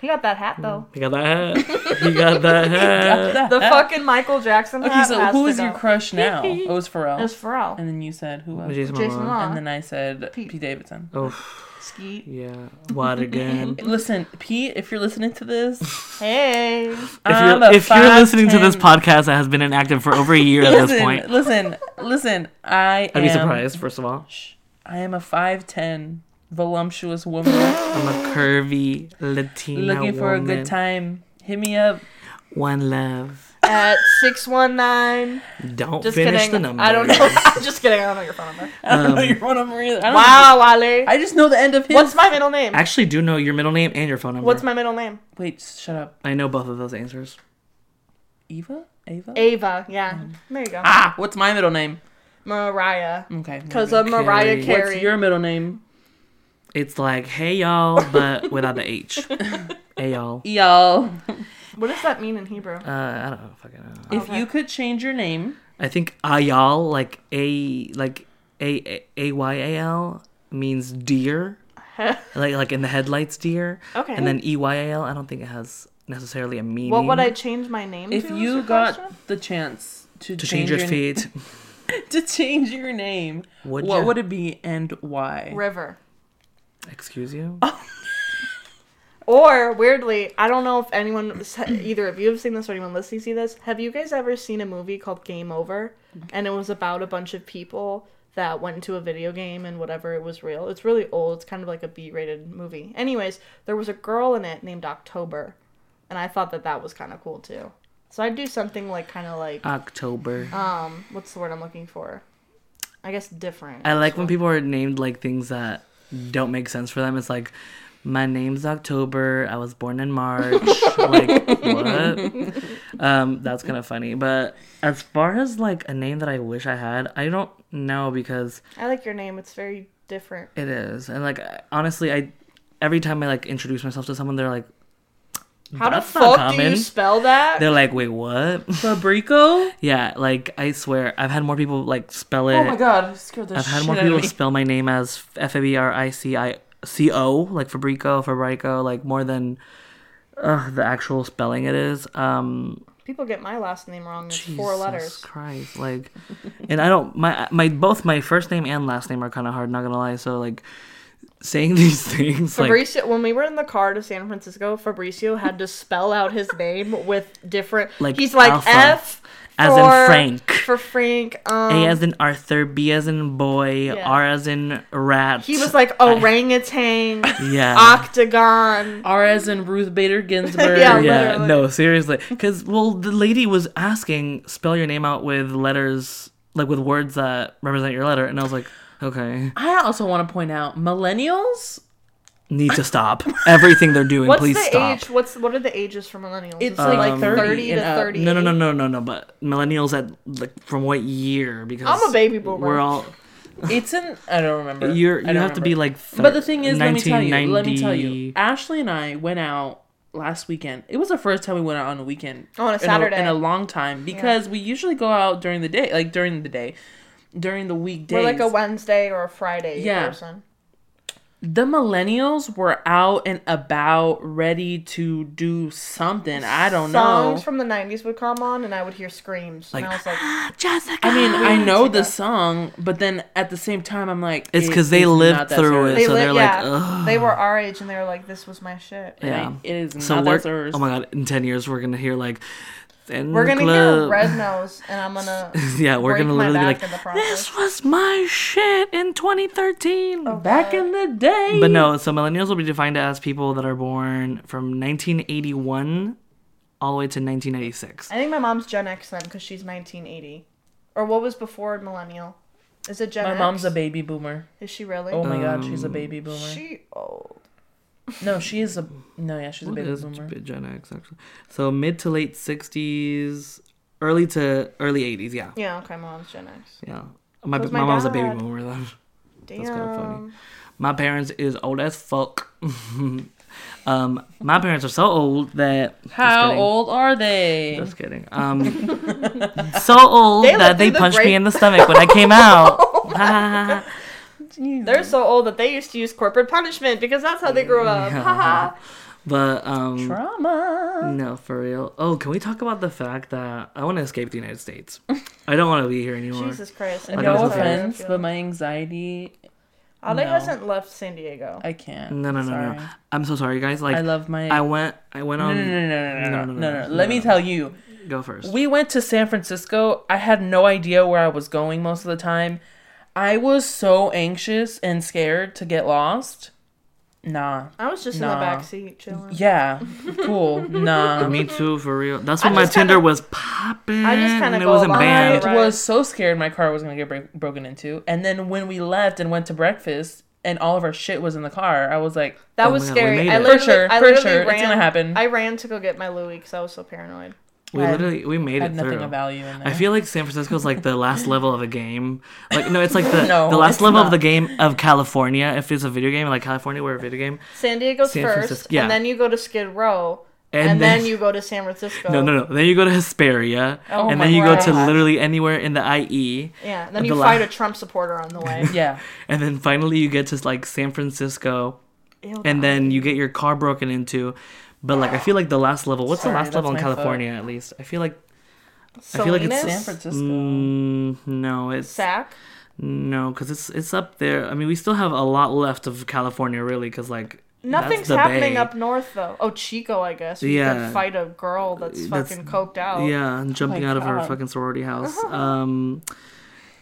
He got that hat though. He got that hat. Mm-hmm. Oh. He got that hat. The fucking Michael Jackson Okay, hat. so has who to is your go. crush now? It was Pharrell. It was Pharrell. and then you said who else? Jason Jason Momoa. Momoa. And then I said Pete. Pete, Davidson. Oh, Skeet. yeah. Water gun. Listen, Pete, if you're listening to this, Hey. If I'm you're, a if you're listening to this 5'10" podcast that has been inactive for over a year at this listen, point, listen, listen. I I'd am. be surprised, first of all. Shh. I am a five ten voluptuous woman I'm a curvy Latina looking for a woman. good time. Hit me up. One love. At 619. Don't Just finish kidding. the number. I don't know. I'm just kidding. I don't know your phone number. I don't Um, know your phone number either. I don't Wow, Wally. I just know the end of his. What's my middle name? I actually do know your middle name and your phone number. What's my middle name? Wait, shut up. I know both of those answers. Eva. Ava. Ava. Yeah. There you go. ah, what's my middle name? Mariah. Okay. Because of Mariah Carey. Carey. What's your middle name? It's like, hey y'all, but without the H. hey y'all. Y'all. What does that mean in Hebrew? Uh, I don't know. Fucking know. If Okay. you could change your name, I think ayal, like a like a a y a l means deer, like like in the headlights deer. Okay. And then e y a l, I don't think it has necessarily a meaning. what would I change my name if to? is you your got question? the chance to, to change your name, feet? to change your name, Would what ya? would it be and why? River. Excuse you. Oh. Or weirdly, I don't know if anyone, either of you have seen this or anyone listening to see this. Have you guys ever seen a movie called Game Over? And it was about a bunch of people that went into a video game and whatever it was real. It's really old. It's kind of like a B-rated movie. Anyways, there was a girl in it named October, and I thought that that was kind of cool too. So I'd do something like kind of Uh. like October. um, what's the word I'm looking for? I guess different. I like when people are named like things that don't make sense for them. It's like, my name's October. I was born in March. like what? Um, that's kind of funny. But as far as like a name that I wish I had, I don't know because I like your name. It's very different. it is. And like I- honestly, I every time I like introduce myself to someone, they're like, How That's the not fuck do common. you spell that? they're like, wait, what? Fabrico? yeah, like I swear, I've had more people like spell it. Oh my god, you scared the I've had shit more out of people me. spell my name as F A B R I C I C O, like Fabrico, Fabrico, like more than uh, the actual spelling it is. Um, People get my last name wrong. It's Jesus four letters. Christ, like, and I don't my my both my first name and last name are kind of hard. Not gonna lie, so like saying these things, like Fabricio, when we were in the car to San Francisco, Fabricio had to spell out his name with different. Like he's like alpha, F as in for- Frank. for Frank. Um, A as in Arthur, B as in boy, Yeah. R as in rat. he was like orangutan, yeah. octagon. R as in Ruth Bader Ginsburg. Yeah, yeah, literally. no, seriously. Because, well, the lady was asking, spell your name out with letters, like with words that represent your letter. And I was like, okay, I also want to point out millennials. need to stop everything they're doing. What's Please the stop. age? What's what are the ages for millennials? It's it like 30 to and up. thirty. No, no, no, no, no, no. But millennials at like from what year? Because I'm a baby boomer. We're all It's in I don't remember. you're you I have don't to be remember. like. thir- But the thing is, let me tell you. Let me tell you. 1990 Ashley and I went out last weekend. It was the first time we went out on a weekend. Oh, On a in Saturday. in a long time because we usually go out during the day, like during the day, during the weekdays. We're like a Wednesday or a Friday Yeah. person. the millennials were out and about, ready to do something. I don't know. Songs from the '90s would come on, and I would hear screams, and I was like, I mean, I know the song, but then at the same time, I'm like, It's it 'cause they is lived not that through serious. it. they so lit, they're like, yeah, they were our age, and they were like, "This was my shit." It Yeah. ain't- it is So not we're, that serious. oh my god! In ten years, we're gonna hear like. We're gonna hear red nose, and I'm gonna Yeah, we're break gonna my literally be like, back in the process. Oh, this was my shit in 2013. Back in the day, But no, so millennials will be defined as people that are born from 1981 all the way to 1996. I think my mom's Gen X then, because she's 1980, or what was before millennial? Is it Gen my X? mom's a baby boomer. Is she really? Oh my god, she's a Um, baby boomer. She old. no, she is a no. Yeah, she's a What baby is boomer. Gen X actually? So mid to late 60s, early to early 80s. Yeah, Yeah, okay, my mom's Gen X. yeah. My, my, was my mom's a baby dad. boomer then. Damn. kinda funny. My parents is old as fuck. um, my parents are so old that just How kidding. old are they? Just kidding. Um, so old They lived that they through the punched Great- me in the stomach when I came out. Ha, ha, ha. They're so old that they used to use corporate punishment because that's how they grew up. Haha. but um, Drama. no, for real. Oh, can we talk about the fact that I want to escape the United States? I don't want to be here anymore. Jesus Christ. I Okay, No feel so- sorry for offense, you. but my anxiety, Ale no. hasn't left San Diego. I can't. No, no, no, Sorry. no. I'm so sorry, guys. Like, I love my. I went, I went no, on. no, no, no, no, no, no, no, no, no, Let me no. tell you, Go first. we went to San Francisco. I had no idea where I was going most of the time. I was so anxious and scared to get lost. Nah. I was just in the Nah. back seat chilling. Yeah. Cool. Nah. me too, for real. That's when my just Tinder kinda- was popping. I just kinda and it go wasn't along banned. with I Right. was so scared my car was gonna get break- broken into. And then when we left and went to breakfast, and all of our shit was in the car, I was like, That Oh was my God, we scary. made I it. For literally, sure, I for literally sure. It's Ran, gonna happen. I ran to go get my Louis because I was so paranoid. We literally, we made had it nothing through. of value in there. I feel like San Francisco's like the last level of a game. Like no, it's like the, No, the last it's level not. of the game of California. If it's a video game, like California, we're a video game. San Diego's San first, Francisco- yeah. and then you go to Skid Row, And and, then- then, you go to San Francisco. No, no, no. Then you go to Hesperia, Oh and my then you go to God. literally anywhere in the IE, Yeah, and then The you la- fight a Trump supporter on the way. yeah. and then finally you get to like San Francisco, Ew, and then you get your car broken into. But like, I feel like the last level. What's Sorry, the last that's level in my foot. California? At least I feel like Salinas, I feel like it's- San Francisco. mm, no, it's Sac. no, because it's it's up there. I mean, we still have a lot left of California, really, because like that's Nothing's the happening Bay. up north though. Oh, Chico, I guess. You Yeah. can fight a girl that's That's- fucking coked out. Oh Yeah, and jumping my out of her God. Uh-huh. fucking sorority house. Um,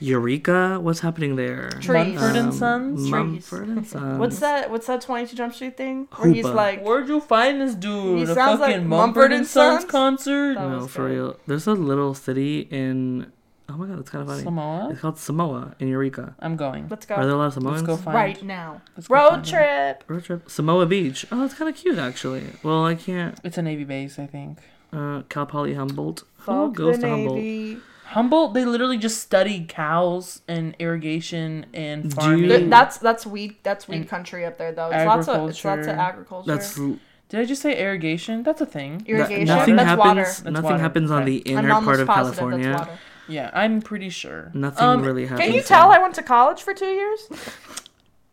Eureka. What's happening there? Trees. Mumford and Um, Sons. Mumford and Sons. What's that? What's that 22 Jump Street thing? Where he's Hoopa. like, Where'd you find this dude? He a fucking sounds like Mumford, Mumford and and Sons, Sons? concert. That No, was for good. real. There's a little city in. Oh my god, that's kind of funny. Samoa. It's called Samoa in Eureka. I'm going. let's Are there a go lot of Samoans? Let's go find. right now. Let's go Road find him. trip. Road trip. Samoa Beach. Oh, that's kind of cute actually. Well, I can't. It's a Navy base, I think. Uh, Cal Poly Humboldt. Who Fuck the goes to Humboldt? Navy. Humboldt, they literally just study cows and irrigation and Do farming. you- Th- that's that's weed that's weed And country up there though. It's lots of it's lots of agriculture. That's l- Did I just say irrigation? That's a thing. that- irrigation. nothing that's happens. water. Nothing water. happens on Okay. the I'm inner almost part of positive California. That's water. Yeah, I'm pretty sure. Nothing Um, really happens. Can you there. tell I went to college for two years?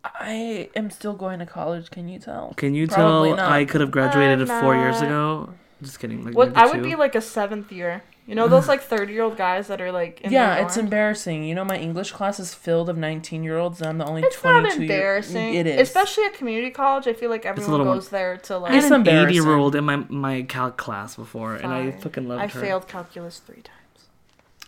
I am still going to college. Can you tell? Can you Probably tell not. I could have graduated I'm four years not. ago? Just kidding. Like What maybe Uh, I two. would be like a seventh year. You know those like thirty year old guys that are like in yeah, their it's dorm? embarrassing. You know, my English class is filled of 19 year olds, and I'm the only It's 22 not embarrassing. Year- it is. Especially at community college, I feel like everyone little one. goes there to I had like It's an embarrassing. eighty-year-old in my my calc class before, and I Fine. fucking loved I her. failed calculus three times.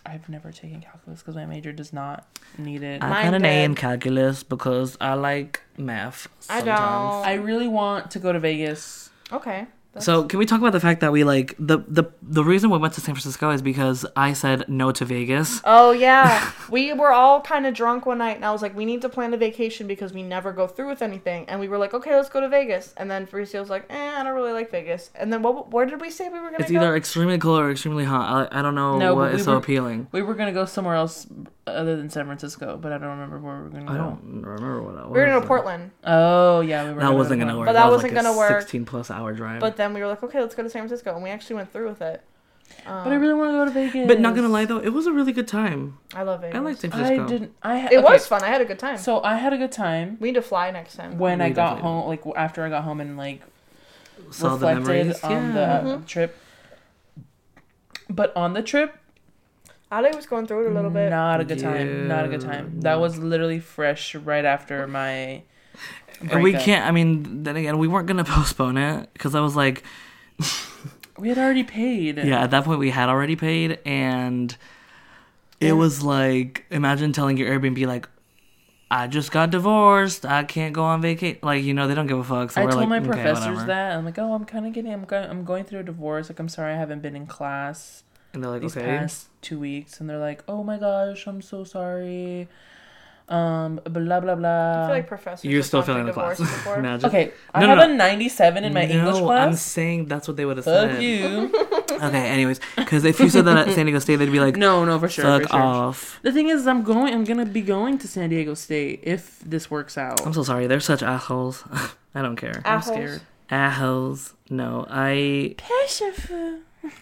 I've never taken calculus because my major does not need it. Mine I got an A in did. calculus because I like math. I Sometimes. don't. I really want to go to Vegas. okay. That's- So can we talk about the fact that we like the the the reason we went to San Francisco is because I said no to Vegas. Oh yeah, we were all kind of drunk one night, and I was like, "We need to plan a vacation because we never go through with anything." And we were like, "Okay, let's go to Vegas." And then Fabrizio was like, "Eh, I don't really like Vegas." And then what? Where did we say we were gonna It's go? either extremely cold or extremely hot. I, I don't know No, what but is we so were- appealing. We were gonna go somewhere else other than San Francisco, but I don't remember where we were gonna I go. don't remember what I was. we were gonna go to Portland, Oh yeah, we were. That go wasn't to gonna work. But that was, wasn't like, a gonna work. Sixteen plus hour drive. but then we were like, "Okay, let's go to San Francisco," and we actually went through with it. Um, But I really want to go to Vegas. but not gonna lie though, it was a really good time. I love Vegas. I liked San I Francisco. didn't. I ha- It okay, was fun. I had a good time. So I had a good time we need to fly next time. when I We got definitely home. Like after I got home and like Saw the reflected memories. on yeah. the Mm-hmm. trip. But on the trip, Ali was going through it a little bit. not a good time. Not a good time. That was literally fresh right after my. And we breakup. can't. I mean, then again, we weren't gonna postpone it because I was like, We had already paid. yeah. At that point, we had already paid, and it was like, imagine telling your Airbnb like, I just got divorced. I can't go on vacation. Like, you know, they don't give a fuck. So I we're told like, my okay, professors whatever. that I'm like, oh, I'm kind of getting, I'm going, I'm going through a divorce. Like, I'm sorry, I haven't been in class and they're like, these okay. past two weeks, and they're like, oh my gosh, I'm so sorry. Um, blah blah I blah. feel like professors. You're have still gone through failing the class. divorce before. Imagine. okay, I No, have no, a 97 in my English no, I'm class. saying that's what they would have Fuck said. you. Okay, anyways, because if you said that at San Diego State, they'd be like, no, no, for sure. fuck for sure. off. The thing is, I'm going. I'm gonna be going to San Diego State if this works out. I'm so sorry. They're such assholes. I don't care. Assholes. scared. Assholes. No, I.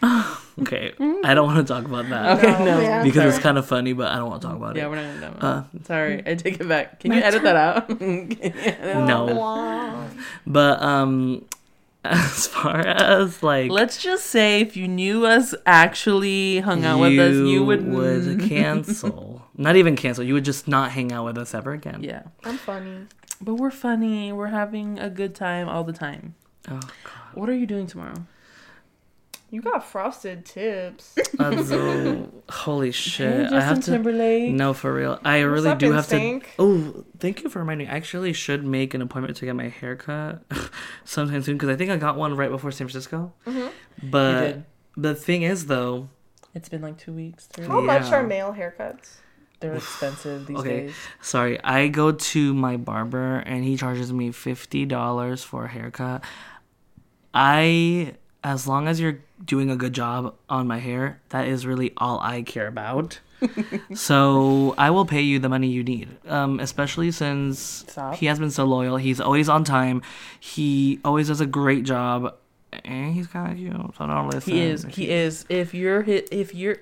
Okay, I don't want to talk about that Okay, No, no, yeah. because sorry. it's kind of funny, but I don't want to talk about yeah, it. we're not gonna. do Uh, that. sorry, I take it back. Can you edit that out? Can you edit no, Wow. but um, as far as like, Let's just say if you knew us, actually hung out with us, you would. cancel. not even cancel. You would just not hang out with us ever again. Yeah. I'm funny. But we're funny. We're having a good time all the time. Oh, What are you doing tomorrow? You got frosted tips. God. That's, oh, holy Hey, shit! I Justin have to. Timberlake. No, for real. I What's really up, do have Instinct? to. Oh, thank you for reminding me. I actually should make an appointment to get my hair cut sometime soon because I think I got one right before San Francisco. Mm-hmm. You But did. the thing is, though, It's been like two weeks. Three. How much Yeah. are male haircuts? They're expensive these Okay. days. sorry, I go to my barber and he charges me $50 for a haircut. I, as long as you're doing a good job on my hair, that is really all I care about. so I will pay you the money you need, um, especially since Stop. he has been so loyal. He's always on time. He always does a great job, and he's kind of cute. So don't listen. He is. He is. If you're hit, if you're,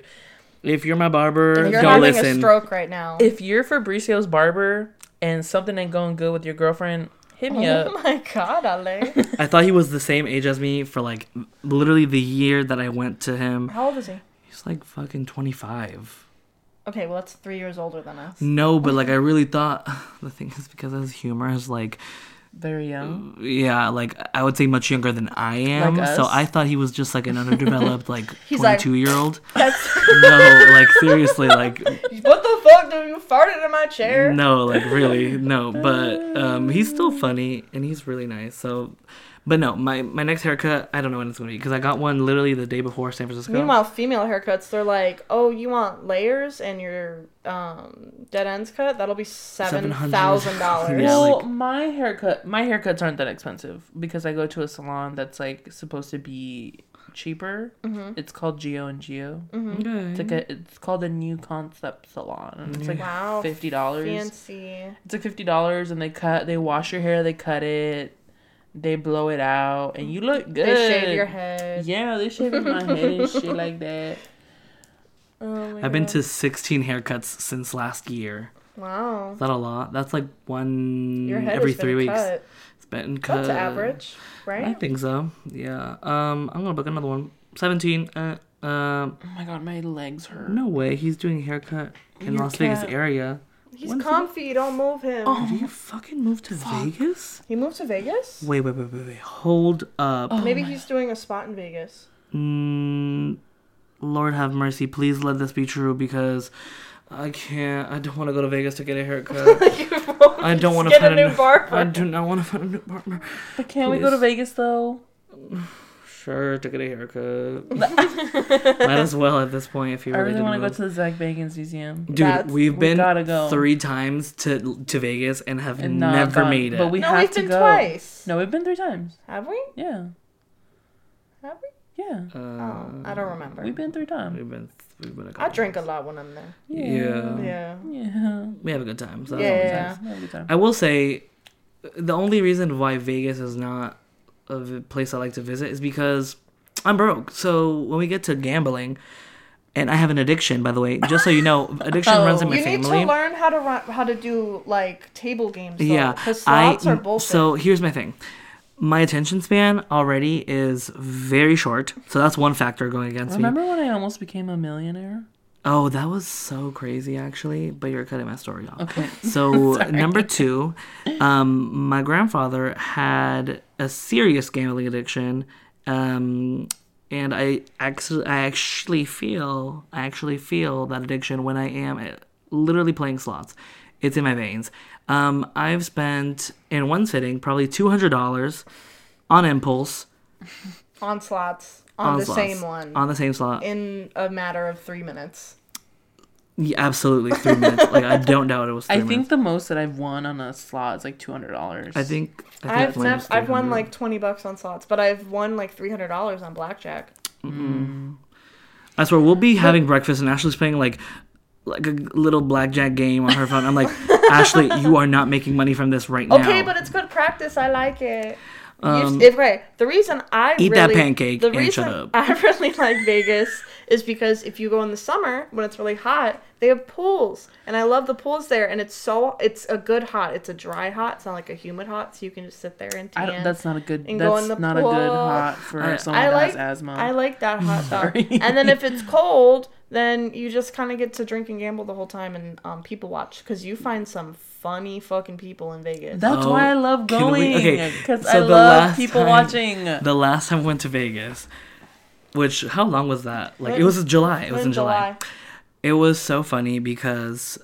If you're my barber, You're don't having a listen. stroke right now. if you're Fabricio's barber and something ain't going good with your girlfriend, hit me up. Oh my god, Ale. I thought he was the same age as me for like literally the year that I went to him. How old is he? He's like fucking 25. Okay, well that's three years older than us. No, but like I really thought the thing is because his humor is like Very young. yeah, like I would say much younger than I am. Like so us? I thought he was just like an underdeveloped like He's like- 22 year old. That's No, like seriously, like what the fuck? Do you farted in my chair? no, like really, no. But um, he's still funny and he's really nice. So, but no, my my next haircut, I don't know when it's gonna be because I got one literally the day before San Francisco. Meanwhile, female haircuts, they're like, oh, you want layers and your um, dead ends cut? That'll be $700. $7,000. Yeah, well, like- my haircut, my haircuts aren't that expensive because I go to a salon that's like supposed to be cheaper. It's called Geo and Geo. It's like a, it's called a new concept salon. And it's like Wow, fifty dollars. Fancy. It's like fifty dollars, and they cut, they wash your hair, they cut it, they blow it out, and you look good. They shave your head. Yeah, they shave my head and shit like that. Oh my I've been to 16 haircuts since last year. Wow. Is that a lot? That's like one Your head Mm, every has three weeks. been Cut. It's been cut. That's average, I right? think so. Yeah. Um, I'm gonna book another one. 17. Uh, um, Oh my god, my legs hurt. no way. He's doing a haircut in Your Las Vegas cat. area. He's When's the- comfy. Don't move him. Did he fucking move to Vegas? He moved to Vegas? Wait, wait, wait, wait, wait. Hold up. Maybe he's doing a spot in Vegas. Mm, Lord have mercy. Please let this be true because I can't. I don't want to go to Vegas to get a haircut. I don't want to Get a find new barber. I do not want to find a new partner. But can we go to Please. Vegas though? Sure, to get a haircut. Might as well at this point if you I really, really want to didn't go move. to the Zach Bagans Museum. Dude, That's- we've we been gotta go. three times to to Vegas and have And not never gone. made it. But we no, have we've to been go. twice. No, we've been three times. Have we? Yeah, Have we? yeah. uh, Oh, I don't remember. We've been three times. we've been we've been. A I couple drink a times. lot when I'm there. Yeah. Yeah. Yeah. we have a good time. So that's Yeah, always yeah, nice. yeah. Nice. Every time. I will say, the only reason why Vegas is not a v- place I like to visit is because I'm broke. So when we get to gambling, and I have an addiction, by the way, just so you know, addiction runs in my Oh, you family. need to learn how to run, how to do like table games. Though, yeah, because slots I, are bullshit. So here's my thing. My attention span already is very short, so that's one factor going against me. Remember when I almost became a millionaire? Oh, that was so crazy, actually. But you're cutting my story off. Okay. So number two, um, my grandfather had a serious gambling addiction, um, and I actually, I actually feel, I actually feel that addiction when I am uh, literally playing slots. It's in my veins. Um, I've spent in one sitting probably two hundred dollars on impulse on slots on, the slots, same one on the same slot. in a matter of three minutes. Yeah, absolutely, three minutes. Like I don't doubt it was. Three I minutes. think the most that I've won on a slot is like two hundred dollars. I think. I think I've mine nev- was I've won 300. like twenty bucks on slots, but I've won like three hundred dollars on blackjack. I swear we'll be having breakfast and Ashley's playing like like a little blackjack game on her phone. I'm like, Ashley, you are not making money from this right now. Okay, but it's good practice. I like it. You- Um, if, right, the reason I Eat that really, pancake The and reason shut up. I really like Vegas is because if you go in the summer when it's really hot, they have pools, and I love the pools there. And it's so it's a good hot. It's a dry hot. It's not like a humid hot, so you can just sit there and I tan. don't, that's not a good. And go That's in the not a good pool. hot for I- someone I that like has asthma. I like that hot stuff. Sorry. And then if it's cold, then you just kind of get to drink and gamble the whole time and um, people watch because you find some funny fucking people in Vegas. that's Oh, why I love can we- going okay, because so I the love last people time- watching. uh, the last time we went to Vegas, which how long was that? Like it was July. It was in July. It was so funny because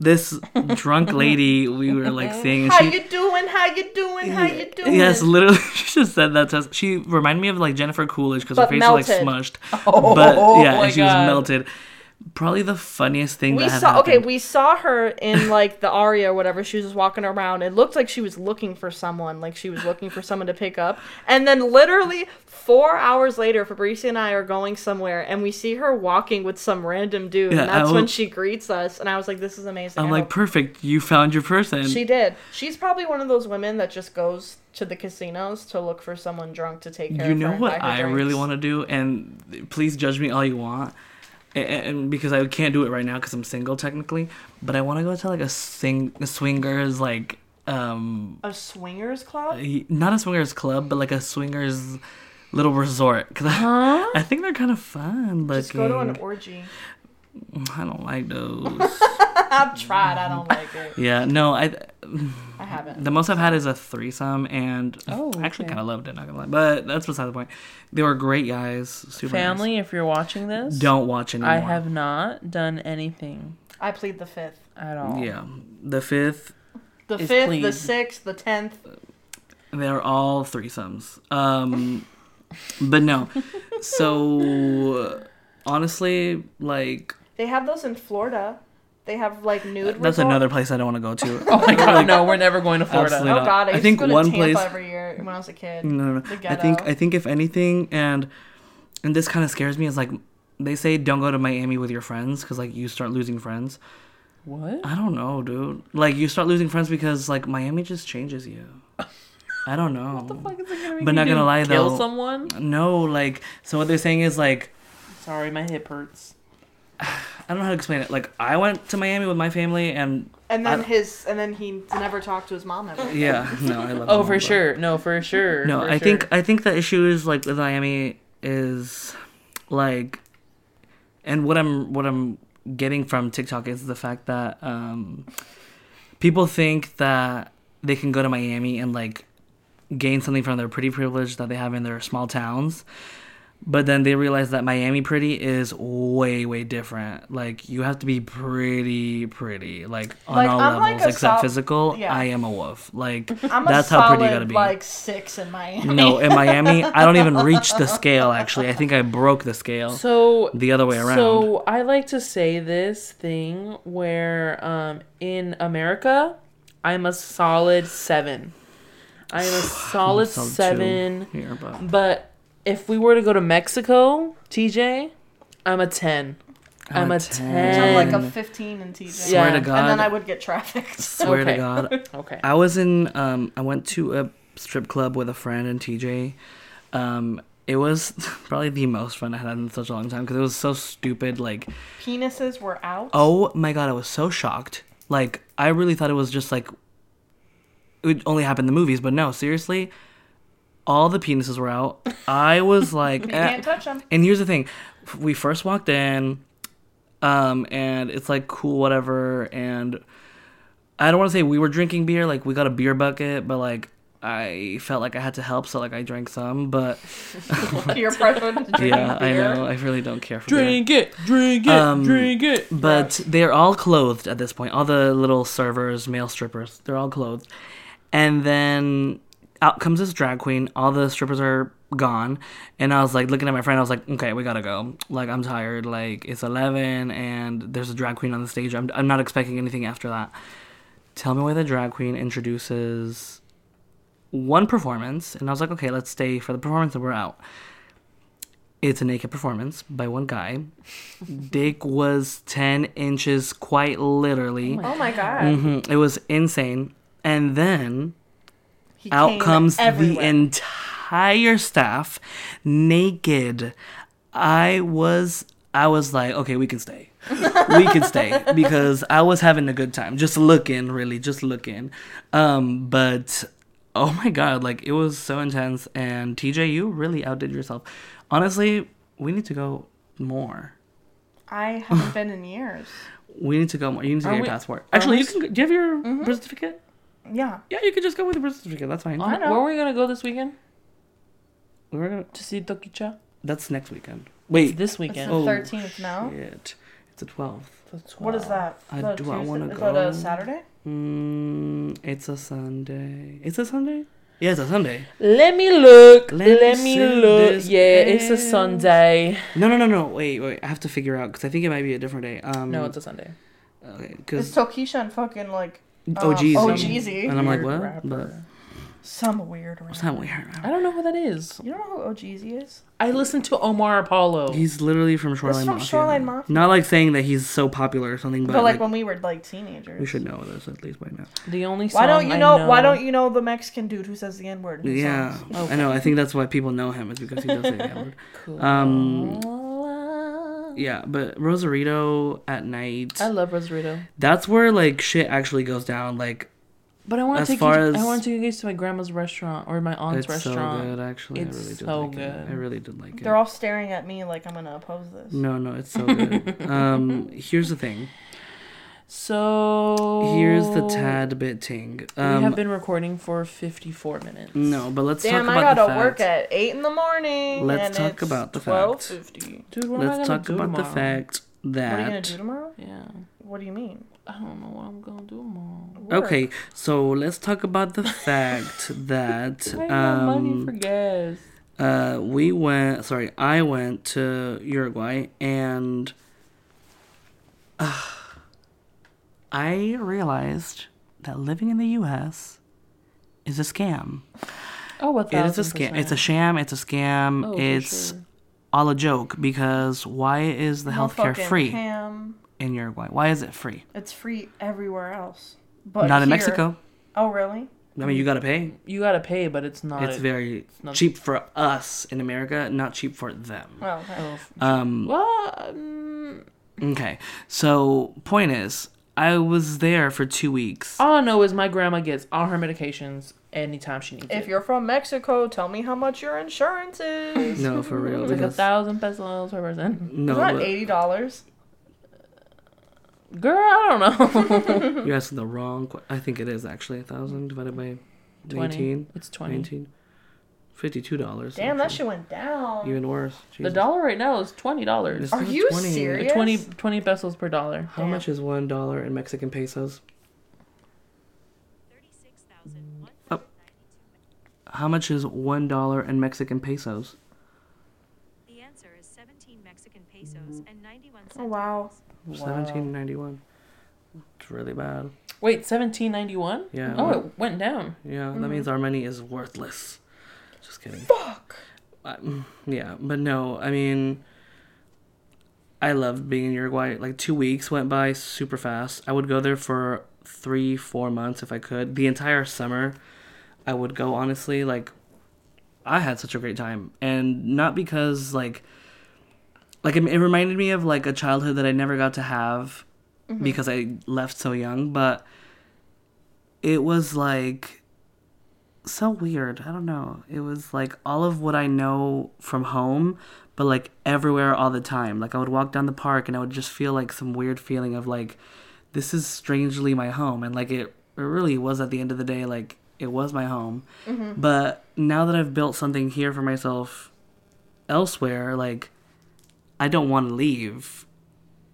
this drunk lady we were like seeing and How she you doing? How you doing? How you doing? Yes, literally, she just said that to us. She reminded me of like Jennifer Coolidge because her But face was melted. Oh like smushed, but yeah, my and she God. was melted. Probably the funniest thing We that has saw okay, happened. we saw her in like the aria or whatever. She was just walking around. It looked like she was looking for someone, like she was looking for someone to pick up. And then literally four hours later, Fabrice and I are going somewhere and we see her walking with some random dude. Yeah, and that's I when was- she greets us. And I was like, This is amazing. I'm I like, hope- perfect. You found your person. she did. She's probably one of those women that just goes to the casinos to look for someone drunk to take care you of. know what I really want to do, and please judge me all you want, and, and because I can't do it right now because I'm single technically, but I want to go to like a sing a swingers like um a swingers club? y- not a swingers club, but like a swingers little resort because I, I think they're kind of fun looking. Just go to an orgy. I don't like those. I've tried. I don't like it. Yeah, no, I I haven't. the most I've had is a threesome, and Oh, I actually okay. kind of loved it. Not gonna lie, but that's beside the point. They were great guys, super nice. Family, if you're watching this, Don't watch anymore. I have not done anything I plead the fifth. at all. Yeah, the fifth. The Is fifth, the plead. sixth, the tenth. They're all threesomes. Um, but no. So uh, honestly, like They have those in Florida. They have like nude. that's resort- another place I don't want to go to. Oh my god, no, we're never going to Florida. Oh Absolutely. God, I, I used think to go to one Tampa place- Mm. every year when I was a kid. No, no, no. The I think ghetto. I think if anything, and and this kind of scares me is like they say don't go to Miami with your friends because like you start losing friends. What? I don't know, dude. Like you start losing friends because like Miami just changes you. I don't know. What the fuck is it gonna make But you not do? gonna lie, Kill though. someone? No, like so what they're saying is like Sorry, my hip hurts. I don't know how to explain it. Like I went to Miami with my family and And then I- his, and then he never talked to his mom ever. yeah, no, I love. Oh, them, for but- sure. No, for sure. No, for I sure. think I think the issue is like with Miami is like, and what I'm what I'm getting from TikTok is the fact that um, people think that they can go to Miami and like gain something from their pretty privilege that they have in their small towns. But then they realize that Miami pretty is way, way different. Like you have to be pretty, pretty, like on Like, all I'm like levels a except sol- physical. yeah. I am a wolf. Like I'm a that's solid, how pretty you gotta be. like six in Miami. No, in Miami, I don't even reach the scale. Actually, I think I broke the scale so. the other way around. So I like to say this thing where um, in America, I'm a solid seven. I'm a solid So two seven. here, but But if we were to go to Mexico, TJ, I'm a 10. I'm, a 10. I'm like a And- 15 in TJ. Yeah. Mm. swear to And God, And then I would get trafficked. swear Okay. to God, Okay. I was in. Um, I went to a strip club with a friend and TJ. Um, it was probably the most fun I had in such a long time because it was so stupid. Like, Penises were out. oh my God, I was so shocked. Like, I really thought it was just like it would only happen in the movies, but no, seriously. All the penises were out. I was like, you eh, can't touch them. And here's the thing, F- we first walked in, um, and it's like cool, whatever. And I don't want to say we were drinking beer, like we got a beer bucket, but like I felt like I had to help, so like I drank some. But Your preference. to drink yeah, I beer. know I really don't care for beer. Drink it, drink it, Um, drink it. But they're all clothed at this point. All the little servers, male strippers, they're all clothed. And then out comes this drag queen. All the strippers are gone. And I was like looking at my friend. I was like, okay, we gotta go. Like I'm tired. Like it's eleven, and there's a drag queen on the stage. I'm I'm not expecting anything after that. Tell me why the drag queen introduces one performance, and I was like, okay, let's stay for the performance, and we're out. It's a naked performance by one guy. Dick was 10 inches, quite literally. Oh my god. hmm It was insane. And then He out came comes the everywhere. entire staff naked. I was I was like, okay, we can stay. we can stay because I was having a good time. Just looking, really, just looking. Um, but oh my god, like it was so intense and TJ, you really outdid yourself. Honestly, we need to go more. I haven't been in years. We need to go more. You need to Are get your we- passport. are Actually, we you can. Do you have your birth certificate? Yeah. Yeah, you could just go with your birth certificate. That's fine. On- know. Where were we gonna go this weekend? We We're gonna. To see Tokicha? That's next weekend. Wait, This It's weekend. the Oh, 13th now. Shit. It's the 12th. What is that? I- Is that a do I Tuesday? wanna Is that go? a Saturday? Mm, it's a Sunday. It's a Sunday? Yeah, it's a Sunday. Let me look. Let me Let, me see look. this Yeah, it's a ass. Sunday. No, no, no, no. Wait, wait. I have to figure out because I think it might be a different day. Um, No, it's a Sunday. okay, It's because Tokisha and fucking like oh um, jeez. Oh, Jeezy. And I'm like, Weird what? rapper. But some weird rapper. it's not weird. I don't know who that is. You don't know who OGZ is? I listened to Omar Apollo. He's literally from Shoreline from Mafia. Shoreline Mafia. Not like saying that he's so popular or something, But, but, like, like, when we were like teenagers. we should know this at least by now. the only song Why don't you I know, Why don't you know the Mexican dude who says the N word? Yeah, I know. I think that's why people know him is because he does say that word. Cool. Um, yeah, but Rosarito at night. I love Rosarito. that's where like shit actually goes down. Like But I want to As take far you, as- I want to take you guys to my grandma's restaurant or my aunt's it's restaurant. so good actually. I It's really did so like good. it. I really did like it. They're all staring at me like I'm gonna oppose this. no, no, it's so good. um, here's the thing. So Here's the tad bit ting. Oh. we Um, have been recording for 54 minutes. no, but let's Damn, talk I about gotta the fact. work at eight in the morning. Let's and talk it's about the fact. 12:50. Dude, what am I Let's gonna talk do about the tomorrow? fact What are you gonna that. do tomorrow? Yeah. What do you mean? I don't know what I'm gonna do tomorrow. Work. Okay, so let's talk about the fact that I ain't got money for um, gas. uh, we went. Sorry, I went to Uruguay and ah, I realized that living in the U.S. is a scam. Oh, a It thousand is a scam. It's a percent. sham. It's a scam. Oh, for it's sure. all a joke because why is the healthcare Motherfucking free Ham. in Uruguay? Why is it free? It's free everywhere else. But Not in here- Mexico. Oh really? I mean, you gotta pay. You gotta pay, but it's not. it's very not- cheap for us in America, not cheap for them. Oh, okay. Oh, Um, well, um, okay. So, point is, I was there for two weeks. all I know is my grandma gets all her medications anytime she needs If it. you're from Mexico, tell me how much your insurance is. No, for real. It's like a Because, thousand pesos per person. no, It's not but eighty dollars. Girl, I don't know. you're asking the wrong. Qu- I think it is actually a thousand divided by 20. 19, It's 20. 19, 52 dollars. Damn, that shit went down. even worse. The Jesus. dollar right now is twenty dollars. It's Are not you 20. serious? 20, 20 pesos per dollar. How Damn. much is one dollar in Mexican pesos? Oh. How much is one dollar in Mexican pesos? The answer is 17 Mexican pesos and 91 cents. Oh wow. Seventeen ninety one. It's really bad. Wait, seventeen ninety one. Yeah. Oh, it went down. Yeah, that means our money is worthless. Just kidding. Fuck. I- mm, yeah, but no, I mean, I loved being in Uruguay. Like two weeks went by super fast. I would go there for three, four months if I could. The entire summer, I would go. Honestly, like, I had such a great time, and not because like, like it it reminded me of like a childhood that I never got to have because I left so young, but it was like so weird. I don't know. It was like all of what I know from home, but like everywhere all the time. Like I would walk down the park and I would just feel like some weird feeling of like this is strangely my home and like it, it really was at the end of the day like it was my home. Mm-hmm. But now that I've built something here for myself elsewhere, like I don't want to leave.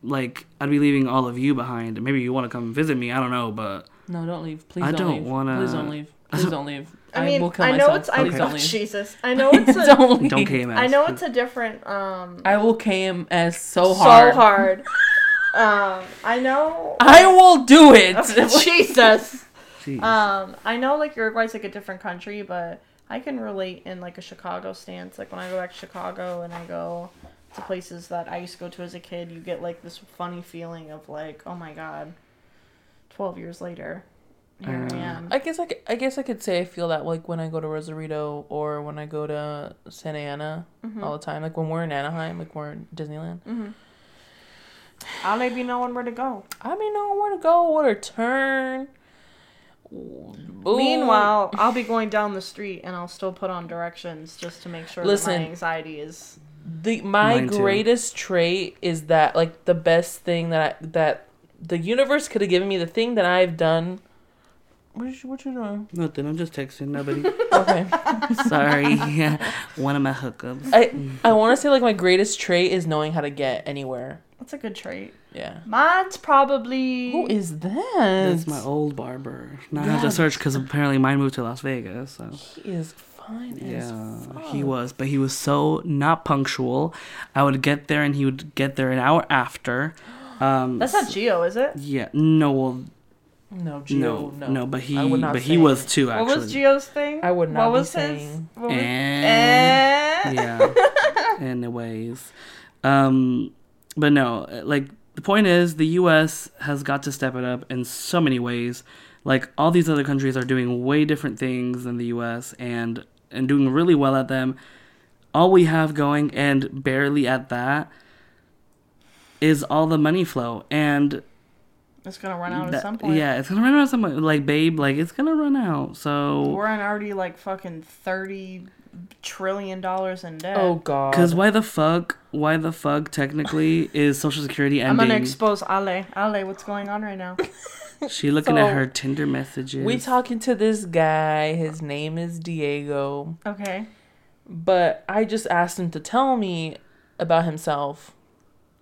Like I'd be leaving all of you behind. Maybe you want to come visit me, I don't know, but No, don't leave. Please I don't, don't leave. wanna- Please don't leave. Please don't leave. I mean, will kill I know myself. it's. I Please oh, don't leave. Jesus. I know it's. A, don't leave. don't KMS. I know it's a different. Um. I will KMS so so hard. hard. um. I know. I will do it. Oh, Jesus. Jeez. Um. I know like Uruguay's like a different country, but I can relate in like a Chicago stance. Like when I go back to Chicago and I go to places that I used to go to as a kid, you get like this funny feeling of like, oh my god, twelve years later, here Mm. I am. I guess I, c- I guess I could say I feel that like when I go to Rosarito or when I go to Santa Ana Mm-hmm. all the time. Like when we're in Anaheim, like we're in Disneyland. I'll maybe knowing where to go. I mean, know where to go, where to turn. Boom. Meanwhile, I'll be going down the street and I'll still put on directions just to make sure Listen. that my anxiety is. the my Mine too. greatest trait is that like the best thing that I, that the universe could have given me the thing that I've done. What you, what you doing? Nothing. I'm just texting nobody. Okay, Sorry. One of my hookups. I I want to say like my greatest trait is knowing how to get anywhere. That's a good trait. Yeah. Mine's probably. Who is that? That's my old barber. Now I have to search because apparently mine moved to Las Vegas. So He is fine yeah, as fuck. he was, but he was so not punctual. I would get there and he would get there an hour after. Um, That's not Geo, is it? yeah, no, well, No, Gio, no, no, no, but he, I would not but he say was too actually. What was Geo's thing? I would not What be was his? saying- What was... And- Eh. yeah. Anyways, um, but no, like the point is, the U.S. has got to step it up in so many ways. Like all these other countries are doing way different things than the U.S. and and doing really well at them. All we have going and barely at that is all the money flow and It's gonna run out that- at some point. yeah it's gonna run out at some point like babe like it's gonna run out so We're in already like fucking thirty trillion dollars in debt. Oh God. Because why the fuck? Why the fuck? Technically, is Social Security I'm ending? gonna expose Ale. Ale, what's going on right now? she looking at So- her Tinder messages. We talking to this guy. His name is Diego, Okay. but I just asked him to tell me about himself.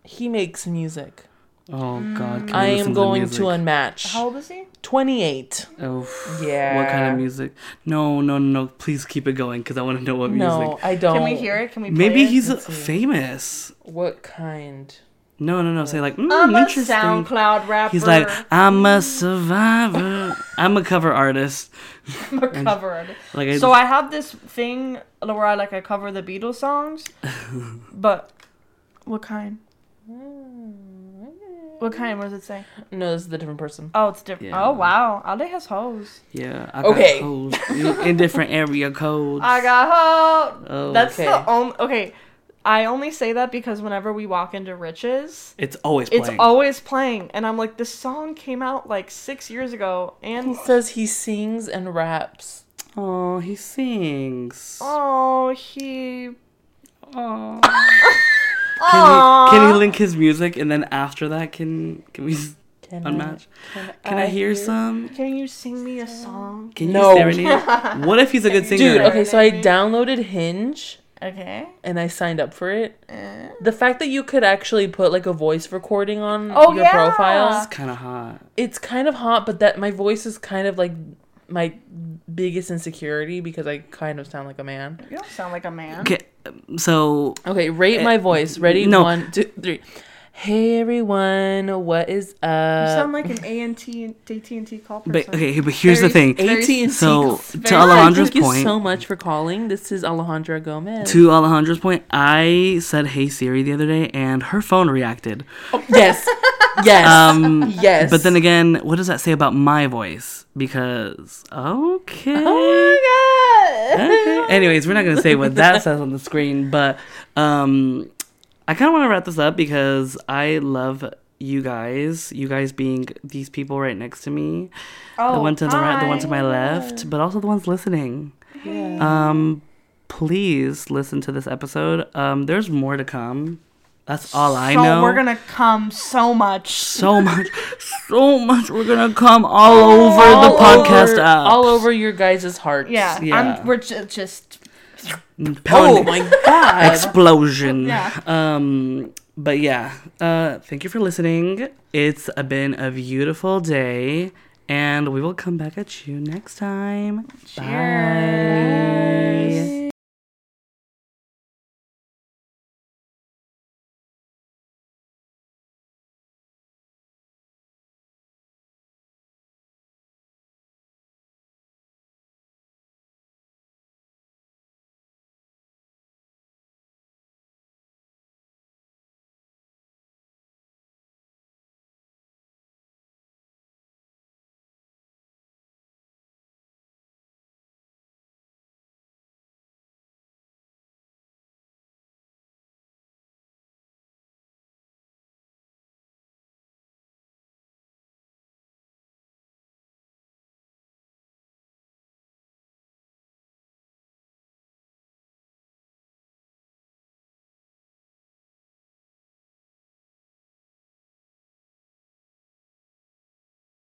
He makes music. Oh God! Mm, can I we am listen going music? to unmatch. How old is he? 28. Oh, Yeah. What kind of music? No, no, no! Please keep it going because I want to know what music. No, I don't. Can we hear it? Can we? Play Oh, Maybe it? he's uh, famous. What kind? No, no, no! Say like, mm, I'm a interesting. SoundCloud rapper. He's like, I'm a survivor. I'm a cover artist. I'm a cover artist. Like, I so I have this thing where I like I cover the Beatles songs, but what kind? What kind? What does it say? No, this is the different person. Oh, it's different. Yeah. Oh wow, Ale has hoes. yeah. I Okay. Got codes in, in different area codes. I got hoes. Oh, That's Okay. the only. Okay, I only say that because whenever we walk into Riches, it's always playing. it's always playing, and I'm like, this song came out like six years ago, He and says he sings and raps. Oh, he sings. oh, he. Aw. can, he, oh. can he link his music and then after that can can we s- Can unmatch? Can, I, hear, some? Can you sing me a song? Can No. you serenade? what if he's a good singer? Dude, okay, so I Maybe. downloaded Hinge Okay. and I signed up for it. Eh. The fact that you could actually put like a voice recording on Oh, your yeah. profile, Kind of hot. it's kind of hot, but that my voice is kind of like my biggest insecurity because I kind of sound like a man. You don't sound like a man. Okay, so Okay, rate my voice. Ready? Eh, no. One, two, three. Hey everyone, what is up? You sound like an AT&T AT&T call person. but uh, okay, but here's the Very- thing. AT&T. So to very- Alejandra's Thank you point, so much for calling. This is Alejandra Gomez. to Alejandra's point, I said "Hey Siri" the other day, and her phone reacted. Yes. Yes. Um, yes. But then again, what does that say about my voice? Because okay. Oh, Okay. Anyways, we're not gonna say what that says on the screen, but um, I kind of want to wrap this up because I love you guys. You guys being these people right next to me, the one to the right, the one to my left, but also the ones listening. Um, please listen to this episode. Um, there's more to come. That's all I so know. we're gonna come so much. so much, so much. We're gonna come all over the podcast over, app. all over your guys' hearts. Yeah, Yeah. I'm, we're ju- just Oh Pounding- my god. explosion. Yeah. Um, but yeah, uh, thank you for listening. It's been a beautiful day, and we will come back at you next time. Bye.